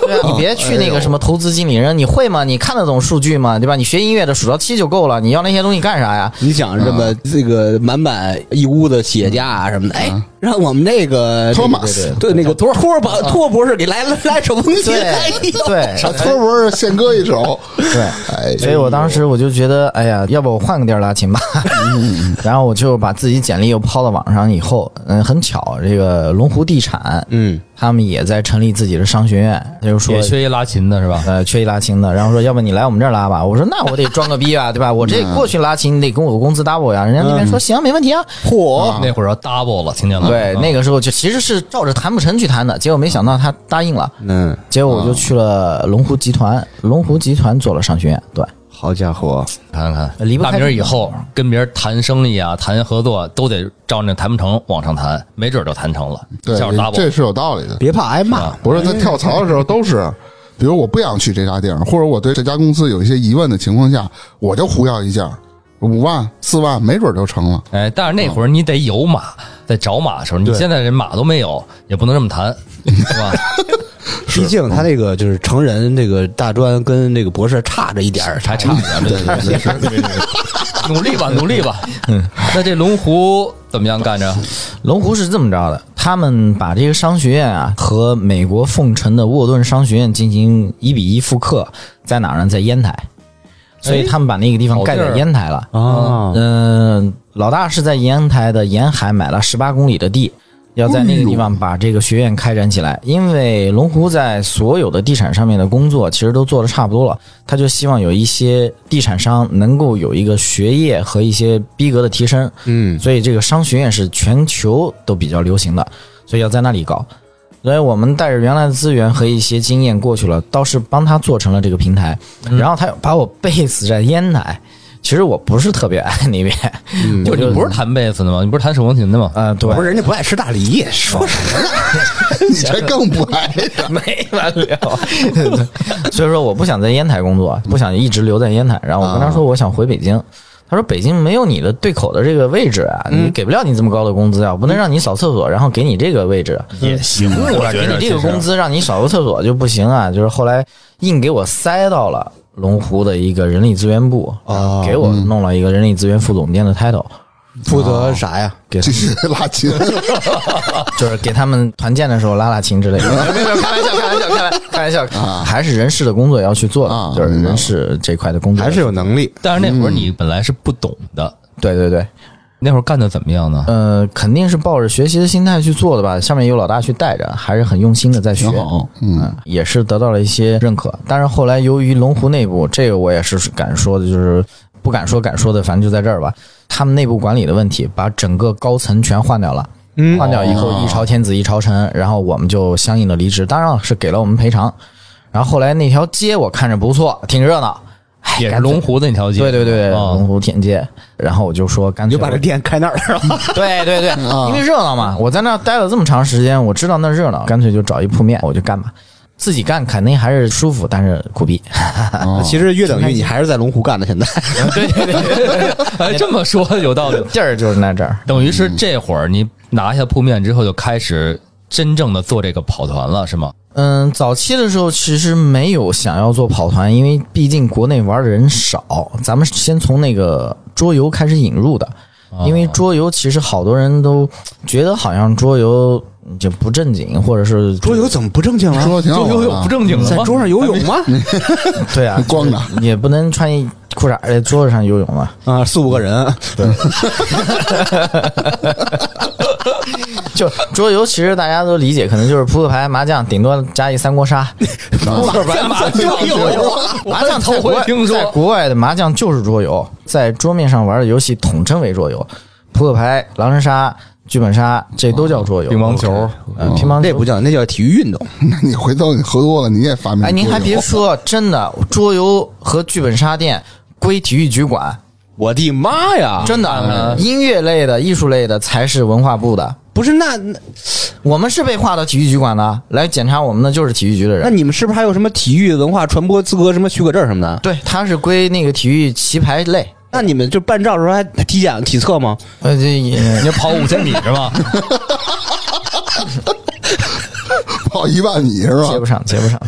S4: 对 啊，你别去那个什么投资经理人，你会吗？你看得懂数据吗？对吧？你学音乐的数到七就够了，你要那些东西干啥呀？
S3: 你想这么这个满满一屋子企业家啊什么的，哎，让我们那个
S1: 托马斯
S3: 对那个托托博托博士给来了来手风琴，
S4: 对
S3: 哎呦
S4: 对，
S1: 啊，托博士献歌一首，
S4: 对，
S1: 哎，
S4: 所以我当时我就觉得，哎呀，要不我换个地儿拉琴吧。
S3: 嗯
S4: 然后我就把自己简历又抛到网上以后，嗯，很巧，这个龙湖地产，
S3: 嗯，
S4: 他们也在成立自己的商学院，他就说
S2: 也。缺一拉琴的是吧？
S4: 呃，缺一拉琴的，然后说，要不你来我们这儿拉吧。我说，那我得装个逼啊， 对吧？我这
S3: 嗯
S4: 过去拉琴，你得跟我工资 double 呀。人家那边说，行，没问题啊。嗯
S3: 嚯，
S2: 那会儿要 double 了，听见了吗？
S4: 对，
S3: 嗯
S2: 个
S4: 那个时候就其实是照着谈不成去谈的，结果没想到他答应了，
S3: 嗯，
S4: 结果我就去了龙湖集团，龙湖集团做了商学院，对，
S3: 好家伙，
S2: 看看
S4: 离不开
S2: 大明儿以后跟别人谈生意啊、谈合作，都得照那谈不成往上谈，没准儿就谈成了。
S1: 对
S2: 叫，
S1: 这
S2: double，
S1: 是有道理的。
S3: 别怕挨骂，
S1: 不是在跳槽的时候都是，比如我不想去这家店，或者我对这家公司有一些疑问的情况下，我就胡要一下，五万、四万，没准就成了。
S2: 哎，但是那会儿你得有马，在找马的时候，你现在人马都没有，也不能这么谈，是吧？
S3: 毕竟他那个就是成人这个大专跟那个博士差着一点儿，
S2: 还差点儿，对对 对，努力吧，努力吧。嗯，那这龙湖怎么样干着？
S4: 龙湖是这么着的，他们把这个商学院啊和美国凤城的沃顿商学院进行一比一复刻，在哪儿呢？在烟台，所以他们把那个地方盖在烟台了。
S3: 啊，
S4: 嗯、老大是在烟台的沿海买了十八公里的地，要在那个地方把这个学院开展起来。因为龙湖在所有的地产上面的工作其实都做得差不多了，他就希望有一些地产商能够有一个学业和一些逼格的提升。
S3: 嗯，
S4: 所以这个商学院是全球都比较流行的，所以要在那里搞。所以我们带着原来的资源和一些经验过去了，倒是帮他做成了这个平台，
S3: 嗯
S4: 然后他又把我背死在烟台。其实我不是特别爱
S3: 嗯
S4: 那边，
S2: 就你不是弹贝斯的吗？你不是弹手风琴的吗？
S4: 呃，对
S3: 不，是人家不爱吃大梨，说什么呢？
S1: 你这更不挨着。
S4: 没完了。所以说我不想在烟台工
S3: 嗯
S4: 作，不想一直留在烟台。然后我跟他
S3: 啊
S4: 说我想回北京，他说北京没有你的对口的这个位置啊，
S3: 嗯
S4: 你给不了你这么高的工资啊，我不能让你扫厕所，然后给你这个位置。啊
S5: 也行，
S2: 嗯
S4: 我
S5: 我
S4: 给
S5: 觉得
S4: 你这个工资，让你少个厕所就不行啊！就是后来硬给我塞到了龙湖的一个人力资源部，
S3: 哦
S4: 给我弄了一个人力资源副总监的 title，
S3: 负责啥呀？
S4: 给
S1: 继续拉琴，
S4: 就是给他们团建的时候拉拉琴之类的。没有，开玩笑，开玩笑，开玩开玩笑，啊还是人事的工作要去做
S1: 啊
S4: 的，就是人事这块的工作
S3: 还是有能力，
S2: 但是那会儿你本来是不懂的，
S4: 对对对，
S2: 那会儿干的怎么样呢？
S4: 呃，肯定是抱着学习的心态去做的吧。上面有老大去带着，还是很用心的在学。
S1: 好，嗯，
S4: 也是得到了一些认可。但是后来由于龙湖内部，这个我也是敢说的，就是不敢说敢说的，反正就在这儿吧。他们内部管理的问题，把整个高层全换掉了。
S3: 嗯
S4: 换掉以后
S1: 哦
S4: 一朝天子一朝臣，然后我们就相应的离职，当然是给了我们赔偿。然后后来那条街我看着不错，挺热闹，哎
S2: 也是龙。湖的那条街，
S4: 对对对，
S2: 啊
S4: 龙湖天街。然后我就说，干
S3: 你
S4: 脆
S3: 就把这
S4: 我
S3: 店开那儿了。
S4: 对对对，
S3: 啊
S4: 因为热闹嘛，我在那儿待了这么长时间，我知道那热闹，干脆就找一铺面我就干吧。自己干肯定还是舒服，但是苦逼。
S2: 哎
S1: 哦
S3: 其实约等于你还是在龙湖干的，现在
S2: 对对对 对，哎，这么说有道理。
S4: 劲儿就是在这儿。
S2: 等于是这会儿你拿下铺面之后，就开始真正的做这个跑团了，是吗？
S4: 嗯，早期的时候其实没有想要做跑团，因为毕竟国内玩的人少。咱们先从那个桌游开始引入的，
S3: 哦
S4: 因为桌游其实好多人都觉得好像桌游就不正经，或者是
S3: 桌游怎么不正经了？
S1: 说的挺好
S2: 就
S1: 玩
S2: 又
S1: 的
S2: 有
S1: 啊
S2: 不正经了
S3: 在
S2: 吗？
S3: 桌上游泳吗？
S4: 对 啊，
S1: 光着
S4: 也不能穿一裤衩在桌子上游泳嘛。
S3: 啊，四五个 人，
S4: 就桌游其实大家都理解，可能就是扑克牌、麻将，顶多加一三国 杀。
S1: 啊
S2: 干嘛去？
S4: 麻将
S2: 头
S4: 在国
S2: 回
S4: 外
S2: 听
S4: 在
S2: 说。
S4: 国外的麻将就是桌游，在桌面上玩的游戏统称为桌游，扑克牌、狼人杀、剧本杀，这都叫桌游。
S2: 哦乒乓球哦
S4: 呃，乒乓
S3: 这
S4: 球
S3: 不。叫，那叫体育运动。
S1: 那你回头你喝多了，你也发明。
S4: 哎，您还别，说，真的，桌游和剧本杀店归体育局管，
S3: 我的妈
S2: 啊
S3: 呀！
S4: 真的，音乐类的、艺术类的才是文化部的。
S3: 不是那那
S4: 我们是被划到体育局管的，来检查我们的就是体育局的
S3: 那
S4: 人。
S3: 你们是不是还有什么体育文化传播资格什么许可证什么的？
S4: 对，他是归那个体育棋牌类。
S3: 那你们就办照的时候还体检体测吗？
S4: 呃，这
S2: 你要跑五千米是吗？
S1: 跑一万米是
S4: 接
S1: 吧
S4: 不？上，接不上。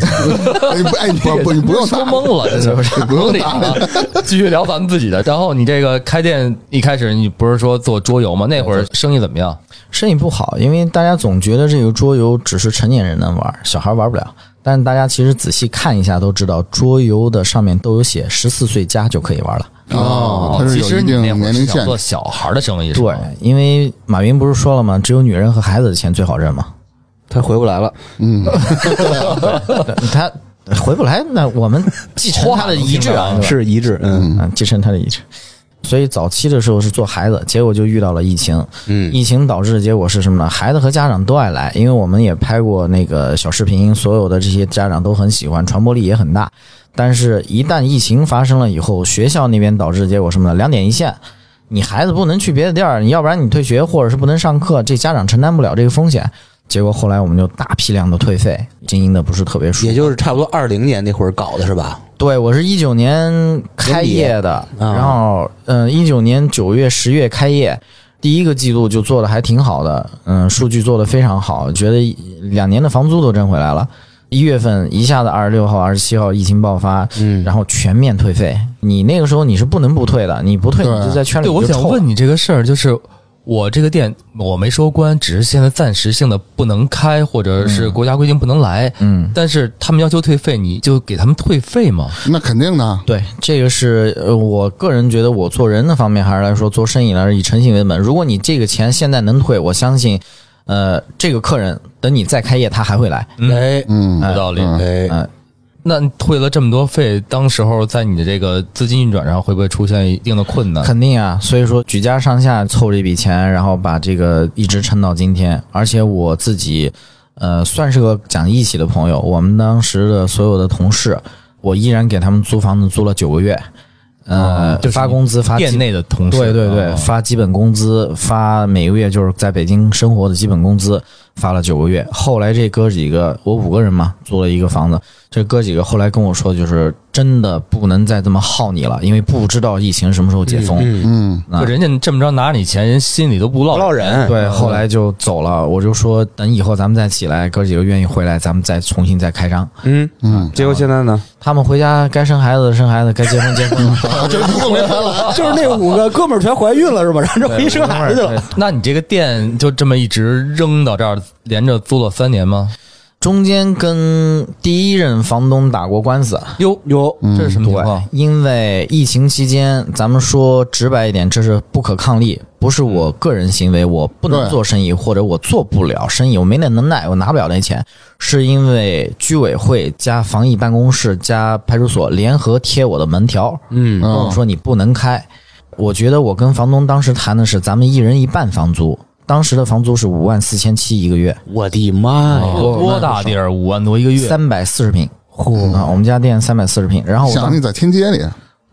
S1: 哎，不，哎，你 不不，你不用打
S2: 说懵 了，这
S1: 你
S2: 就是
S1: 不用
S2: 理
S1: 打
S2: 了。继续聊咱们自己的。然后你这个开店一开始你不是说做桌游吗？那会儿生意怎么样？
S4: 生意不好，因为大家总觉得这个桌游只是成年人能玩，小孩玩不了。但大家其实仔细看一下都知道，桌游的上面都有写十四岁加就可以玩了。
S1: 哦，它是
S2: 啊其
S1: 有
S2: 实
S1: 一
S2: 你
S1: 定
S2: 那会
S1: 年
S2: 儿
S1: 龄
S2: 是
S1: 限
S2: 想做
S1: 制。
S2: 小孩的生意是
S4: 对
S2: 吧？，
S4: 因为马云不是说了吗？只有女人和孩子的钱最好挣嘛。
S3: 他回不来了。
S1: 嗯，
S4: 他 回不来，那我们继承他的遗志 啊，对吧
S3: 是一致，嗯
S4: 嗯，继承他的遗志。所以早期的时候是做孩子，结果就遇到了疫情。
S3: 嗯，
S4: 疫情导致的结果是什么呢？孩子和家长都爱来，因为我们也拍过那个小视频，所有的这些家长都很喜欢，传播力也很大。但是，一旦疫情发生了以后，学校那边导致的结果是什么呢？两点一线，你孩子不能去别的地儿，你要不然你退学，或者是不能上课，这家长承担不了这个风险。结果后来我们就大批量的退费，经营的不是特别舒服
S3: 也。就是差不多二零年那会儿搞的是吧？
S4: 对，我是一九年开业的，
S3: 年底
S4: 然后嗯，一、九年九月、十月开业，第一个季度就做的还挺好的，嗯，数据做的非常好，觉得两年的房租都挣回来了。一月份一下子二十六号、二十七号疫情爆发，
S3: 嗯，
S4: 然后全面退费。你那个时候你是不能不退的，你不退
S1: 对
S4: 你就在圈里
S2: 对，
S4: 你
S2: 我
S4: 就
S2: 想
S4: 臭了
S2: 问你这个事儿，就是我这个店我没收官，只是现在暂时性的不能开，或者是国家规定不能来。
S4: 嗯，
S2: 但是他们要求退费，你就给他们退费吗？
S1: 那肯定的。
S4: 对，这个是呃，我个人觉得我做人的方面还是来说，做生意来说以诚信为本。如果你这个钱现在能退，我相信，呃，这个客人等你再开业他还会来。
S2: 嗯
S3: 哎
S1: 嗯，
S2: 有道理。
S3: 哎
S4: 嗯，
S2: 那你退了这么多费，当时候在你的这个资金运转上会不会出现一定的困难？
S4: 肯定啊。所以说，举家上下凑这笔钱，然后把这个一直撑到今天。而且我自己，呃，算是个讲义气的朋友。我们当时的所有的同事，我依然给他们租房子租了九个月，呃，
S2: 哦就是
S4: 发
S2: 你
S4: 工资发基
S2: 店
S4: 本
S2: 内的同事，
S4: 对对对，
S2: 哦
S4: 发基本工资，发每个月就是在北京生活的基本工资，发了九个月。后来这哥几个，我五个人嘛，租了一个房子。这哥几个后来跟我说，就是真的不能再这么耗你了，因为不知道疫情什么时候解封。
S3: 嗯，
S1: 嗯，
S4: 啊
S2: 就人家这么着拿着你钱，人心里都不落
S3: 不落人，
S4: 对，后来就走了。我就说，等以后咱们再起来，哥几个愿意回来，咱们再重新再开张。
S3: 嗯
S1: 嗯，
S3: 结果现在呢？
S4: 他们回家该生孩子的生孩子，该结婚结婚。
S3: 啊就是那五个哥们儿全怀孕了是吧？然后就回生孩子了。
S2: 那你这个店就这么一直扔到这儿，连着租了三年吗？
S4: 中间跟第一任房东打过官司，啊
S2: 哟，
S3: 有
S2: 这是什么情况？
S4: 因为疫情期间，咱们说直白一点，这是不可抗力，不是我个人行为，我不能
S1: 对
S4: 做生意，或者我做不了生意，我没那能耐，我拿不了那钱，是因为居委会加防疫办公室加派出所联合贴我的门条，
S3: 嗯
S4: 跟我
S1: 嗯，
S4: 说你不能开。我觉得我跟房东当时谈的是，咱们一人一半房租，当时的房租是五万四千七一个月，
S3: 我的妈呀！
S2: 有多大地儿？五万 多一个月，
S4: 三百四十平。啊，我们家店三百四十平，然后我当
S1: 想你在天街里，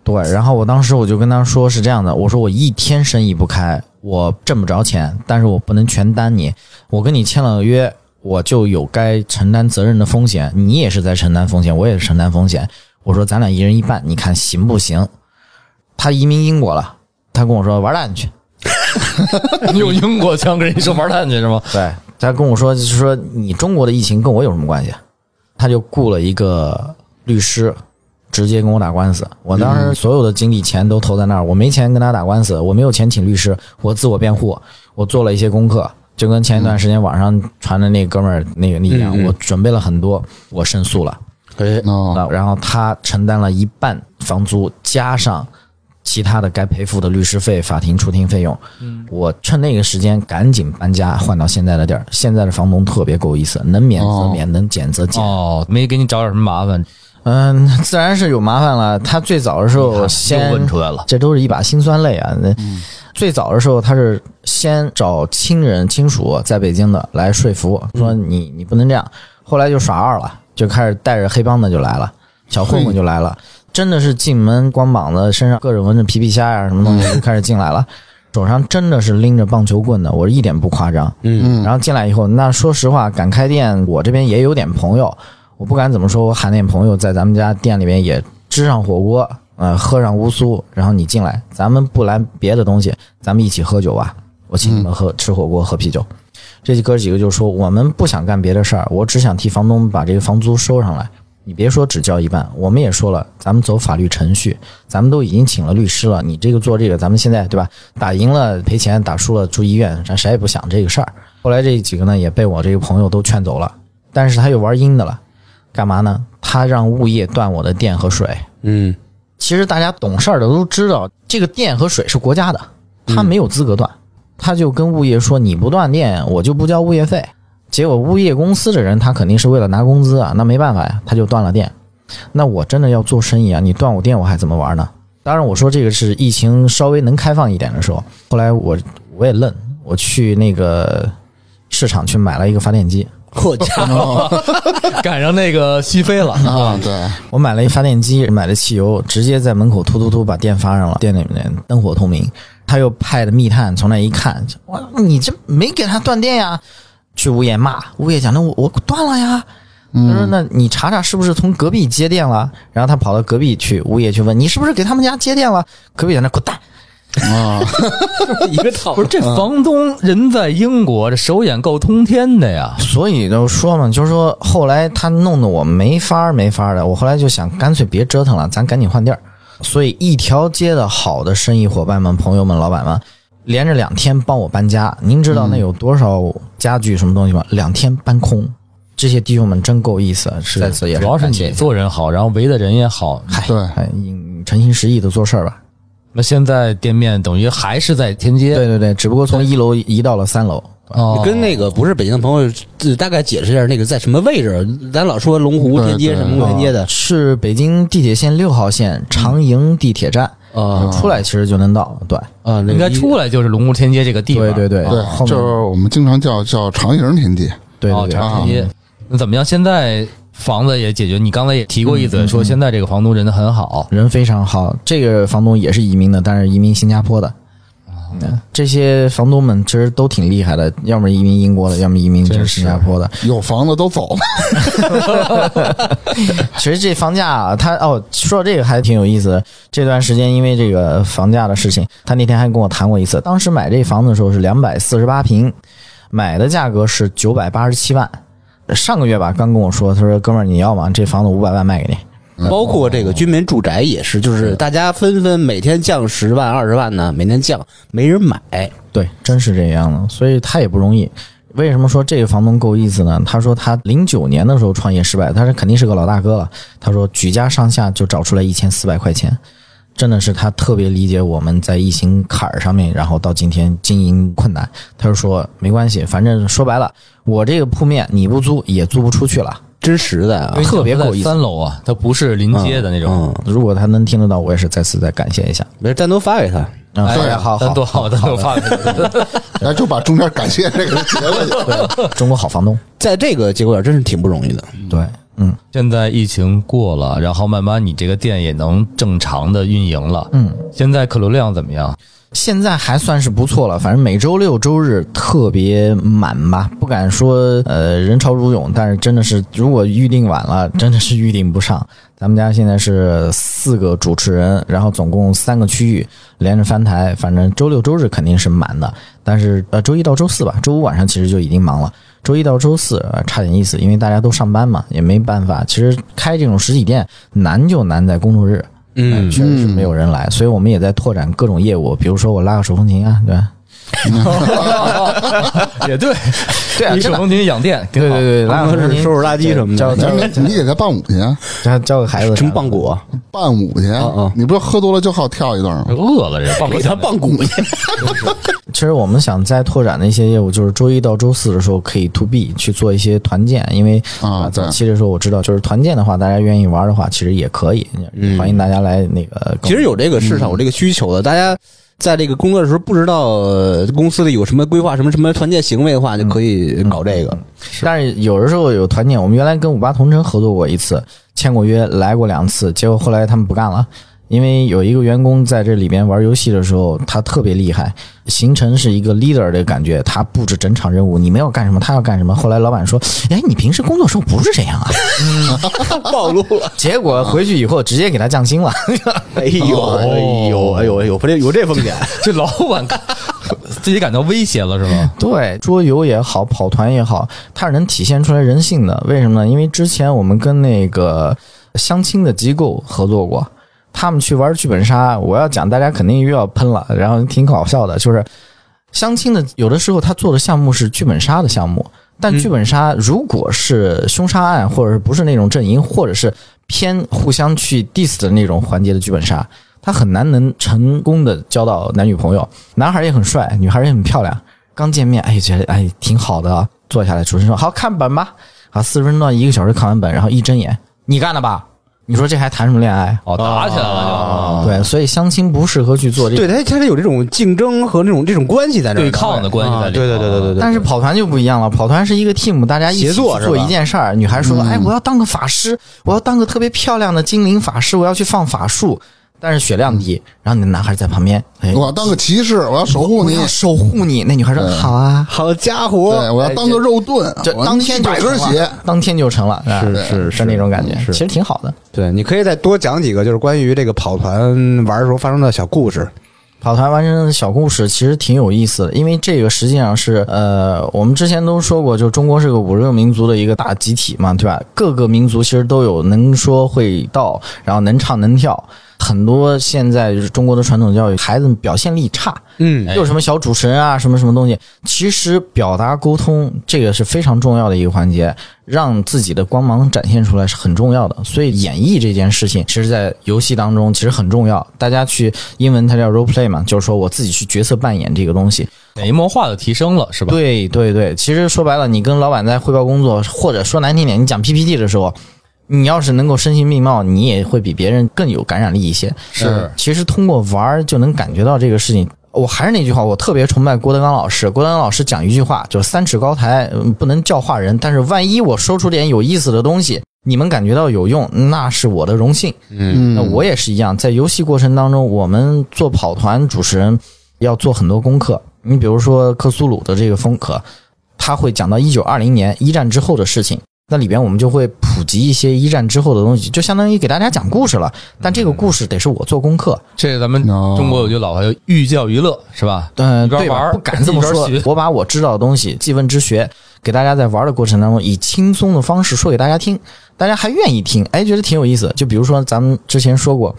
S4: 对，然后我当时我就跟他说是这样的，我说我一天生意不开，我挣不着钱，但是我不能全担你，我跟你签了个约，我就有该承担责任的风险，你也是在承担风险，我也是承担风险。我说咱俩一人一半，你看行不行？他移民英国了，他跟我说玩蛋去。
S2: 你用英国腔跟人说玩蛋去是吗？
S4: 对，他跟我说就是说你中国的疫情跟我有什么关系？他就雇了一个律师，直接跟我打官司。我当时所有的精力钱都投在那儿，我没钱跟他打官司，我没有钱请律师，我自我辩护，我做了一些功课，就跟前一段时间网上传的那哥们儿那个一样，
S3: 嗯嗯
S4: 我准备了很多，我胜诉了，
S3: 哎，
S1: 哦，
S4: 啊，然后他承担了一半房租加上。其他的该赔付的律师费、法庭出庭费用，
S2: 嗯，
S4: 我趁那个时间赶紧搬家，换到现在的地儿。现在的房东特别够意思，能免则免，能减则减。
S2: 哦，没给你找点什么麻烦，
S4: 嗯，自然是有麻烦了。他最早的时候先
S2: 啊又问出来了。嗯
S4: 这都是一把辛酸泪啊。那最早的时候，他是先找亲人亲属在北京的来说服，说
S2: 嗯
S4: 你你不能这样。后来就耍二了，就开始带着黑帮的就来了，小混混就来了，真的是进门光膀子，身上各种纹着皮皮虾呀、什么东西就开始进来了，手上真的是拎着棒球棍的，我一点不夸张。
S3: 嗯，
S1: 嗯
S4: 然后进来以后，那说实话，敢开店，我这边也有点朋友，我不敢怎么说，我喊点朋友在咱们家店里面也支上火锅，呃，喝上乌苏，然后你进来，咱们不来别的东西，咱们一起喝酒吧，我请你们喝、吃火锅喝啤酒。这哥几个就说，我们不想干别的事儿，我只想替房东把这个房租收上来。你别说只交一半，我们也说了，咱们走法律程序，咱们都已经请了律师了，你这个做这个，咱们现在对吧？打赢了赔钱，打输了住医院，咱谁也不想这个事儿。后来这几个呢也被我这个朋友都劝走了，但是他又玩阴的了，干嘛呢？他让物业断我的电和水。
S3: 嗯，
S4: 其实大家懂事儿的都知道，这个电和水是国家的，他没有资格断。他就跟物业说：“你不断电，我就不交物业费。”结果物业公司的人他肯定是为了拿工资啊，那没办法呀，他就断了电。那我真的要做生意啊，你断我电我还怎么玩呢？当然，我说这个是疫情稍微能开放一点的时候。后来我我也愣，我去那个市场去买了一个发电机，
S3: 好 家伙，
S2: 赶上那个西非了，
S1: 啊，对，
S4: 我买了一发电机，买了汽油，直接在门口突突突把电发上了，店里面灯火通明。他又派的密探从那一看，哇，你这没给他断电呀？去物业骂，物业讲那我我断了呀。他说：“那你查查是不是从隔壁接电了？”然后他跑到隔壁去，物业去问：“你是不是给他们家接电了？”隔壁在那滚蛋，
S1: 啊，
S3: 一个套
S2: 不是这房东人在英国，这手眼够通天的呀。
S4: 所以就说嘛，就是说后来他弄得我没法儿没法儿的，我后来就想干脆别折腾了，咱赶紧换地儿。所以一条街的好的生意伙伴们、朋友们、老板们，连着两天帮我搬家，您知道那有多少家具什么东西吗？两天搬空，这些弟兄们真够意思，是在此也
S2: 主要是
S4: 感谢
S2: 你做人好，然后围的人也好。
S4: 嗨，
S1: 对
S4: 哎你你诚心实意的做事儿吧。
S2: 那现在店面等于还是在天街，
S4: 对对对，只不过从一楼移到了三楼。
S2: 哦，
S3: 跟那个不是北京的朋友，呃大概解释一下那个在什么位置？咱老说龙湖
S1: 对
S3: 天街
S1: 对
S3: 什么天街的
S4: 是北京地铁线六号线长营地铁站，
S3: 啊
S4: 出来其实就能到。对，
S3: 啊，那个
S2: 应该
S3: 一
S2: 出来就是龙湖天街这个地方。
S4: 对对对，
S1: 对，
S4: 后
S1: 啊
S4: 面
S1: 就是我们经常叫叫长营天地，
S4: 对
S2: 哦，
S4: 对对，
S2: 长安街。那怎么样？现在房子也解决，你刚才也提过一
S4: 嗯
S2: 嘴，说现在这个房东人很好。
S4: 人非常好。这个房东也是移民的，但是移民新加坡的。嗯这些房东们其实都挺厉害的，要么移民英国的，要么移民就是新加坡的。
S1: 有房子都走了。
S4: 其实这房价、啊，他哦，说到这个还挺有意思的。这段时间因为这个房价的事情，他那天还跟我谈过一次。当时买这房子的时候是两百四十八平，买的价格是九百八十七万。上个月吧，刚跟我说，他说：“哥们儿，你要吗？这房子五百万卖给你。”
S3: 包括这个居民住宅也是，就是大家纷纷每天降十万、二十万呢，每天降，没人买。
S4: 对，真是这样的，所以他也不容易。为什么说这个房东够意思呢？他说他零九年的时候创业失败，他是肯定是个老大哥了。他说举家上下就找出来一千四百块钱，真的是他特别理解我们在疫情坎儿上面，然后到今天经营困难。他就说没关系，反正说白了，我这个铺面你不租也租不出去了。
S3: 真实在啊
S2: 因为，
S4: 特别
S2: 它在
S4: 够意思
S2: 三楼啊，它不是临街的那种。
S3: 嗯，
S4: 如果他能听得到，我也是再次再感谢一下。
S3: 没事，单独发给他。
S4: 嗯，
S2: 哎
S4: 好好
S2: 咱
S4: 好，
S2: 多好，咱多发给他。
S1: 然后就把中间感谢这个结了去。
S4: 中国好房东。
S3: 在这个节骨眼儿真是挺不容易的。
S4: 对，嗯，
S2: 现在疫情过了， 然后慢慢你这个店也能正常的运营了。嗯，现在客流量怎么样？
S4: 现在还算是不错了，反正每周六周日特别满吧，不敢说呃人潮如涌，但是真的是如果预定晚了，真的是预定不上。咱们家现在是四个主持人，然后总共三个区域，连着翻台，反正周六周日肯定是满的，但是呃周一到周四吧，周五晚上其实就已经忙了。周一到周四、呃、差点意思，因为大家都上班嘛，也没办法。其实开这种实体店难就难在工作日，哎
S3: 嗯
S4: 确实是没有人来，所以我们也在拓展各种业务，比如说我拉个手风琴啊，对吧，
S2: 也 对，
S4: 对啊
S2: 一手
S4: 真的嗯
S2: 风琴养店，挺
S4: 对
S2: 好
S4: 对对，拉个手风琴，
S3: 收拾垃圾什么的
S4: 教
S1: 你
S4: 教
S1: 你你给他伴舞去，啊
S4: 教教个孩子
S3: 什么棒骨，
S1: 伴舞去
S3: 啊，
S1: 你不是喝多了就好跳一段吗？
S2: 饿了这
S3: 给他棒骨去。
S4: 其实我们想再拓展的一些业务，就是周一到周四的时候可以 to B 去做一些团建，因为
S1: 啊对
S4: 早期的时候我知道，就是团建的话，大家愿意玩的话，其实也可以，欢迎大家来那个跟我们。
S3: 其实有这个市场，有这个需求的，大家。在这个工作的时候，不知道呃公司里有什么规划、什么什么团建行为的话，就可以搞这个。
S4: 但是有的时候有团建，我们原来跟五八同城合作过一次，签过约，来过两次，结果后来他们不干了。因为有一个员工在这里边玩游戏的时候，他特别厉害，形成是一个 leader 的感觉。他布置整场任务，你们要干什么，他要干什么。后来老板说：“哎，你平时工作时候不是这样啊，
S3: 暴露了！”
S4: 结果回去以后直接给他降薪了。
S3: 哎呦，
S2: 哦
S3: 哎呦，哎呦，哎呦，这有这风险，
S2: 这老板自己感到威胁了是吗？
S4: 对，桌游也好，跑团也好，它是能体现出来人性的。为什么呢？因为之前我们跟那个相亲的机构合作过，他们去玩剧本杀，我要讲大家肯定又要喷了，然后挺搞笑的，就是相亲的有的时候他做的项目是剧本杀的项目，但剧本杀如果是凶杀案，或者是不是那种阵营，或者是偏互相去 diss 的那种环节的剧本杀，他很难能成功的交到男女朋友。男孩也很帅，女孩也很漂亮，刚见面，哎，觉得哎挺好的啊，坐下来，主持人说好看本吧，啊，四十分钟到一个小时看完本，然后一睁眼，你干的吧？你说这还谈什么恋爱？啊
S2: 哦，打起来了啊
S4: 对，所以相亲不适合去做这
S3: 对他，他得有这种竞争和这种这种关系在
S2: 就
S3: 这儿啊
S2: 对抗的关系在里
S3: 对对对对对对。
S4: 但是跑团就不一样了，跑团是一个 team，大家一起
S3: 协
S4: 去
S3: 作是吧
S4: 做一件事儿。女孩说：“哎，我要当个法师，我要当个特别漂亮的精灵法师，我要去放法术。”但是血量低，然后你的男孩在旁边，哎，
S1: 我要当个骑士，我要守护
S4: 我
S1: 你
S4: 要，守护你。那女孩说：“好啊，
S3: 好
S1: 对
S3: 家伙，哎
S1: 我要当个肉盾，
S4: 哎这
S1: 我
S4: 当天就
S1: 买根
S4: 成
S1: 血
S4: 了，嗯当天就成了，吧
S3: 是是
S4: 是那种感觉，
S3: 是
S4: 其实挺好的。
S3: 对，你可以再多讲几个，就是关于这个跑团玩的时候发生的小故事。
S4: 跑团完成的小故事其实挺有意思的，因为这个实际上是呃，我们之前都说过，就中国是个五十个民族的一个大集体嘛，对吧？各个民族其实都有能说会道，然后能唱能跳。很多现在就是中国的传统教育，孩子们表现力差，
S3: 嗯
S2: 哎
S4: 又什么小主持人啊，什么什么东西，其实表达沟通这个是非常重要的一个环节，让自己的光芒展现出来是很重要的。所以演绎这件事情，其实在游戏当中其实很重要。大家去英文它叫 role play 嘛，就是说我自己去角色扮演这个东西。
S2: 面，潜移默化的提升了是吧？
S4: 对对对，其实说白了，你跟老板在汇报工作，或者说难听点，你讲 PPT 的时候。你要是能够身形并茂，你也会比别人更有感染力一些。呃
S2: 是
S4: 其实通过玩儿就能感觉到这个事情。我还是那句话，我特别崇拜郭德纲老师。郭德纲老师讲一句话，就是三尺高台嗯不能教化人，但是万一我说出点有意思的东西，你们感觉到有用，那是我的荣幸。
S1: 嗯，
S3: 嗯
S4: 那我也是一样，在游戏过程当中，我们做跑团主持人要做很多功课。你比如说克苏鲁的这个风格，他会讲到一九二零年一战之后的事情，那里边我们就会普及一些一战之后的东西，就相当于给大家讲故事了。但这个故事得是我做功课，
S2: 这咱们
S1: 哦
S2: 中国有句老话叫寓教于乐是吧？
S4: 嗯，
S2: 一边
S4: 对吧
S2: 玩儿
S4: 不敢这么说
S2: 一边学。
S4: 我把我知道的东西，记问之学，给大家在玩的过程当中，以轻松的方式说给大家听，大家还愿意听，哎，觉得挺有意思。就比如说咱们之前说过，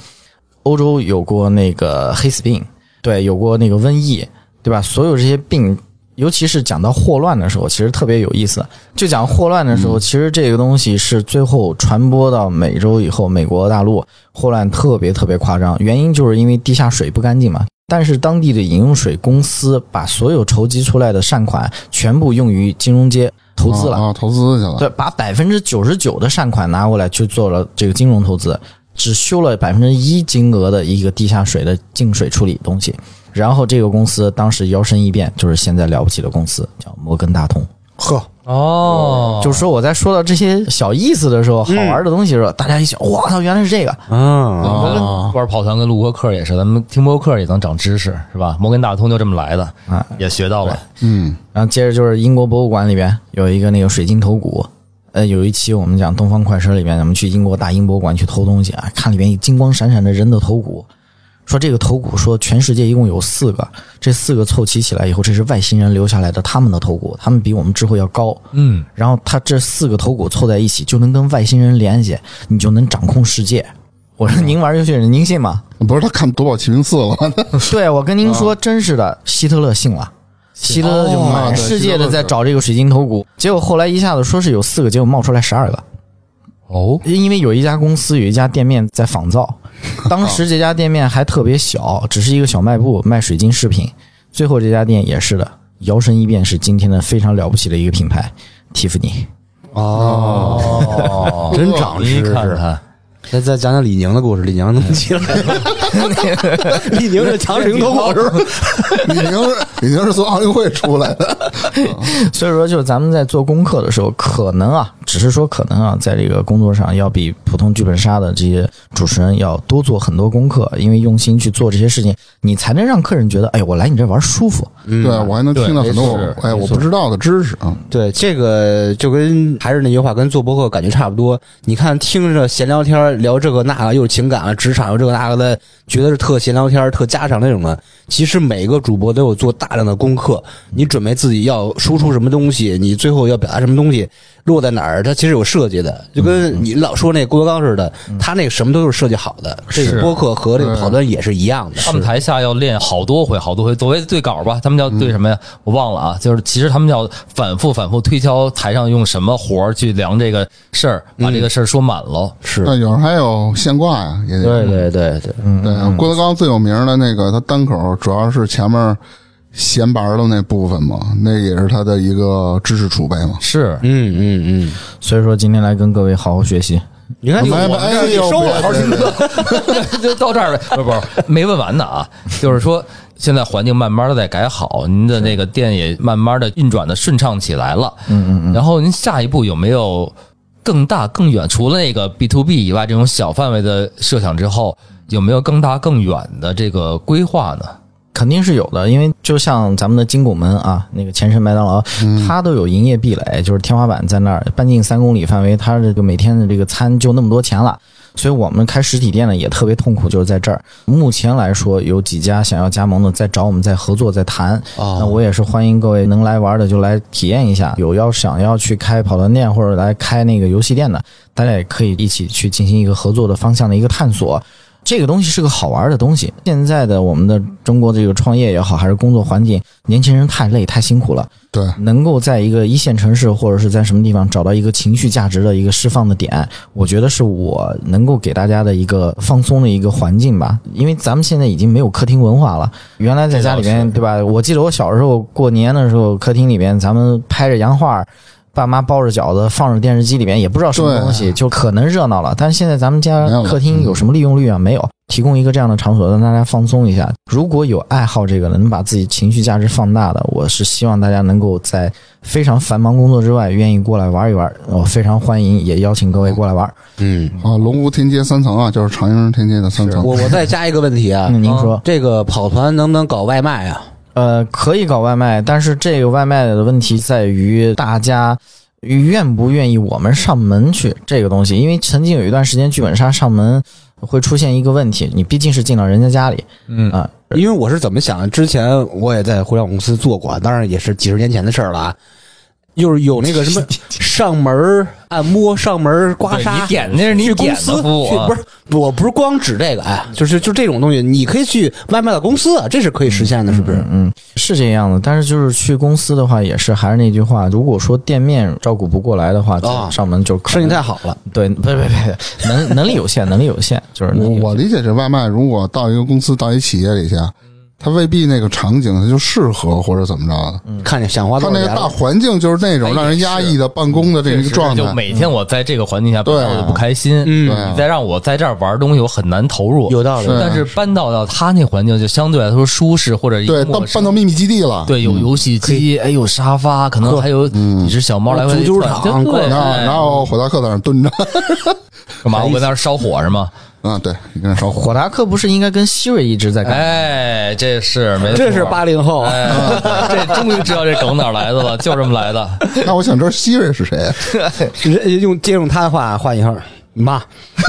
S4: 欧洲有过那个黑死病，对，有过那个瘟疫，对吧？所有这些病。尤其是讲到霍乱的时候，其实特别有意思。就讲霍乱的时候，其实这个东西是最后传播到美洲以后，美国大陆霍乱特别特别夸张，原因就是因为地下水不干净嘛。但是当地的饮用水公司把所有筹集出来的善款全部用于金融街投资了，
S1: 啊，啊投资去了，
S4: 对，把百分之九十九的善款拿过来去做了这个金融投资，只修了百分之一金额的一个地下水的净水处理东西。然后这个公司当时摇身一变，就是现在了不起的公司，叫摩根大通。
S3: 呵，
S2: 哦
S4: 就是说我在说到这些小意思的时候，好玩的东西的时候，大家一想，我操，原来是这个，
S3: 嗯，
S2: 我们跟玩跑团跟录播课也是，咱们听播客也能长知识，是吧？摩根大通就这么来的，
S3: 哎
S4: 啊
S2: 也学到了。
S1: 嗯，
S4: 然后接着就是英国博物馆里边有一个那个水晶头骨，呃，有一期我们讲《东方快车》里面，我们去英国大英博物馆去偷东西啊，看里面一金光闪闪的人的头骨，说这个头骨说全世界一共有四个，这四个凑齐起来以后，这是外星人留下来的他们的头骨，他们比我们智慧要高。
S2: 嗯，
S4: 然后他这四个头骨凑在一起，就能跟外星人联系，你就能掌控世界。我说您玩游戏人，您信吗？
S1: 不是他看《夺宝奇兵四》了，
S4: 对，我跟您说，真是的，希特勒嗯信了，哦希特勒就满世界的在找这个水晶头骨，结果后来一下子说是有四个，结果冒出来十二个，
S2: 哦，
S4: 因为有一家公司有一家店面在仿 造，当时这家店面还特别小，只是一个小卖部卖水晶饰品，最后这家店也是的，摇身一变是今天的非常了不起的一个品牌，蒂芙尼。
S2: 哦，
S3: 真长知识
S2: 你看看，
S3: 那再讲讲李宁的故事，李宁能起来吗？ 李宁是强行脱口是吧？
S1: 李宁是李宁是从奥运会出来的，
S4: 所以说，就是咱们在做功课的时候，可能啊，只是说可能啊，在这个工作上要比普通剧本杀的这些主持人要多做很多功课，因为用心去做这些事情，你才能让客人觉得，哎呦，我来你这玩舒服。
S1: 对我还能听到很多我
S2: 没错
S1: 哎我不知道的知识啊。
S3: 对，这个就跟还是那句话，跟做博客感觉差不多。你看，听着闲聊天聊这个那个，又是情感了，啊职场又这个那个的，觉得是特闲聊天、特家常那种的。其实每个主播都有做大量的功课，你准备自己要输出什么东西，你最后要表达什么东西，落在哪儿，它其实有设计的。就
S2: 嗯
S3: 跟你老说那郭德纲似的，他那个什么都是设计好的。这
S2: 是
S3: 个播客和这个跑团也是一样的。
S2: 他们台下要练好多回，好多回。所谓对稿吧，他们叫对什么呀？
S3: 嗯
S2: 我忘了啊。就是其实他们要反复、反复推敲台上用什么活儿去量这个事儿，把
S3: 嗯
S2: 这个事儿说满喽。
S3: 是，
S1: 那有人还有现挂呀，也
S3: 对对对对，
S1: 对，郭德纲最有名的那个，他单口主要是前面闲白的那部分嘛，那也是他的一个知识储备嘛。
S2: 是，
S3: 嗯嗯嗯。
S4: 所以说，今天来跟各位好好学习。
S3: 你看，
S1: 哎
S3: 我们这儿
S1: 哎
S3: 一
S1: 呦
S3: 收
S1: 别
S3: 了，
S1: 别别
S2: 就到这儿呗。不不，没问完呢啊，就是说现在环境慢慢的在改好，您的那个店也慢慢的运转的顺畅起来了。嗯嗯嗯。然后您下一步有没有更大更远？除了那个 B to B 以外，这种小范围的设想之后，有没有更大更远的这个规划呢？
S4: 肯定是有的，因为就像咱们的金拱门啊，那个前身麦当劳，它都有营业壁垒，就是天花板在那儿，半径三公里范围，它这个每天的这个餐就那么多钱了。所以我们开实体店呢也特别痛苦，就是在这儿。目前来说，有几家想要加盟的，在找我们，在合作，在谈。
S3: 哦
S4: 那我也是欢迎各位能来玩的就来体验一下，有要想要去开跑团店或者来开那个游戏店的，大家也可以一起去进行一个合作的方向的一个探索。这个东西是个好玩的东西。现在的我们的中国这个创业也好，还是工作环境，年轻人太累太辛苦了，
S1: 对，
S4: 能够在一个一线城市或者是在什么地方找到一个情绪价值的一个释放的点，我觉得是我能够给大家的一个放松的一个环境吧。因为咱们现在已经没有客厅文化了，原来在家里面对吧？我记得我小时候过年的时候，客厅里面咱们拍着洋画。爸妈包着饺子，放着电视机里面，也不知道什么
S1: 对
S4: 东西，就可能热闹了。但是现在咱们家
S1: 没有了嗯
S4: 客厅有什么利用率啊？没有，提供一个这样的场所让大家放松一下。如果有爱好这个的，能把自己情绪价值放大的，我是希望大家能够在非常繁忙工作之外，愿意过来玩一玩。我非常欢迎，也邀请各位过来玩。
S3: 嗯。
S1: 啊，龙湖天街三层啊，就是长阳天街的三层。
S3: 我我再加一个问题啊，
S4: 那
S1: 嗯
S4: 您说，
S3: 这个跑团能不能搞外卖啊？
S4: 呃，可以搞外卖，但是这个外卖的问题在于大家愿不愿意我们上门去这个东西，因为曾经有一段时间剧本杀上门会出现一个问题，你毕竟是进到人家家里
S2: 嗯
S4: 啊，
S3: 因为我是怎么想的，之前我也在互联网公司做过，当然也是几十年前的事儿了啊。就是有那个什么上门儿按摩、上门儿刮
S2: 对
S3: 痧，
S2: 你点那是你
S3: 去公
S2: 点的
S3: 司去
S2: 服务啊
S3: 不是我不是光指这个哎，就是就这种东西，你可以去外卖到公司啊，这是可以实现的，是不是？
S4: 嗯，是这样的，但是就是去公司的话，也是还是那句话，如果说店面照顾不过来的话，
S3: 啊
S4: 上门就可
S3: 生
S4: 能
S3: 意太好了，
S4: 对，不是不是不是，能能力有限，能力有限，就是能
S1: 我
S4: 力有限
S1: 我理解这外卖，如果到一个公司到一企业里去，它未必那个场景它就适合或者怎么着的。
S3: 看见想花
S1: 它
S3: 多少
S1: 那
S3: 钱
S1: 个大
S3: 了。
S1: 环境就是那种让人压抑的办公的这一个状态
S2: 就，每天我在这个环境下，本来
S1: 对
S2: 我就不开心。
S3: 嗯
S1: 对
S2: 你再让我在这儿玩东西，我很难投入。
S3: 有道理
S1: 是
S2: 但是搬到到他那环境，就相对来说舒适或者一
S1: 对，
S2: 个
S1: 到
S2: 陌
S1: 搬
S2: 生。
S1: 到秘密基地了，
S3: 嗯
S2: 对，有游戏机，哎，有沙发，可能还有
S1: 嗯
S2: 几只小猫来回
S3: 足球场
S2: 窜对，
S1: 然后
S2: 哎
S1: 然后火大客在那儿蹲着，
S2: 干嘛？我在那儿烧火是吗？
S1: 啊，对，你跟人烧火，
S4: 火达克不是应该跟希瑞一直在干？
S2: 哎，这是没错，
S3: 这是八零后，啊
S2: 哎，这终于知道这梗哪儿来的了，就这么来的。
S1: 那我想知道希瑞是谁，啊
S3: 人呃用借用他的话换一号，你妈，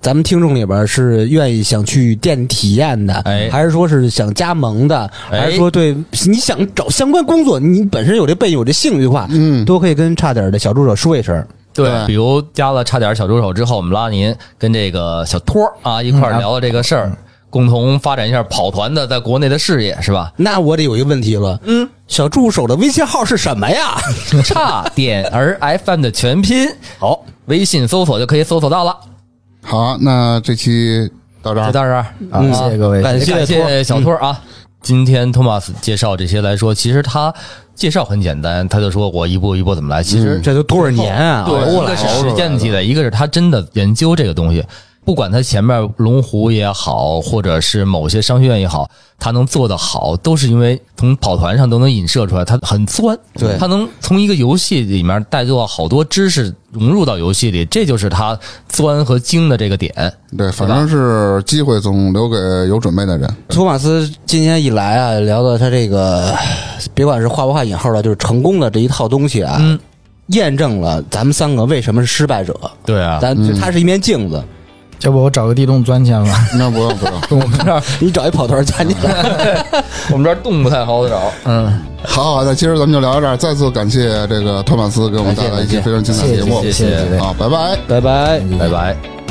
S3: 咱们听众里边是愿意想去店体验的，
S2: 哎
S3: 还是说是想加盟的，
S2: 哎
S3: 还是说对你想找相关工作，你本身有这背景有这兴趣的话，嗯，都可以跟差点的小助手说一声。
S2: 对，
S1: 对
S2: 比如加了差点小助手之后，我们拉您跟这个小托儿啊一块
S1: 嗯
S2: 儿聊聊这个事儿，共同发展一下跑团的在国内的事业，是吧？
S3: 那我得有一个问题了，嗯，小助手的微信号是什么呀？
S2: 差点儿 FM 的全拼，
S3: 好，
S2: 微信搜索就可以搜索到了。
S1: 好，那这期到这
S2: 就
S1: 儿，
S2: 到这儿，
S4: 啊
S3: 嗯
S4: 谢谢嗯各位，
S3: 感
S2: 也感
S3: 谢托
S2: 谢小托儿啊。今天托马斯介绍这些来说，其实他介绍很简单，他就说我一步一步怎么来。其实
S4: 嗯
S3: 这都多少年啊？
S2: 对，
S3: 熬
S2: 一
S3: 过来
S2: 个是时间问题的，一个是他真的研究这个东西。不管他前面龙湖也好，或者是某些商学院也好，他能做得好，都是因为从跑团上都能引射出来，他很钻，
S3: 对
S2: 他能从一个游戏里面带到好多知识融入到游戏里，这就是他钻和精的这个点。
S1: 对，反正是机会总留给有准备的人，
S3: 托马斯今天一来啊，聊到他这个，别管是画不画引号了，就是成功的这一套东西啊，
S2: 嗯
S3: 验证了咱们三个为什么是失败者。
S2: 对啊，
S3: 咱就它是一面镜子，
S4: 要不我找个地洞钻进来吧？
S1: 那不用不用，
S2: 我们这儿
S3: 你找一跑团参加。
S2: 我们这儿洞不太好找，嗯，
S1: 好好，那今儿咱们就聊到这儿，再次感谢这个托马斯给我们带来一期非常精彩的节目，
S2: 谢谢谢谢
S1: 好，拜拜。
S3: 拜拜。
S2: 嗯拜拜。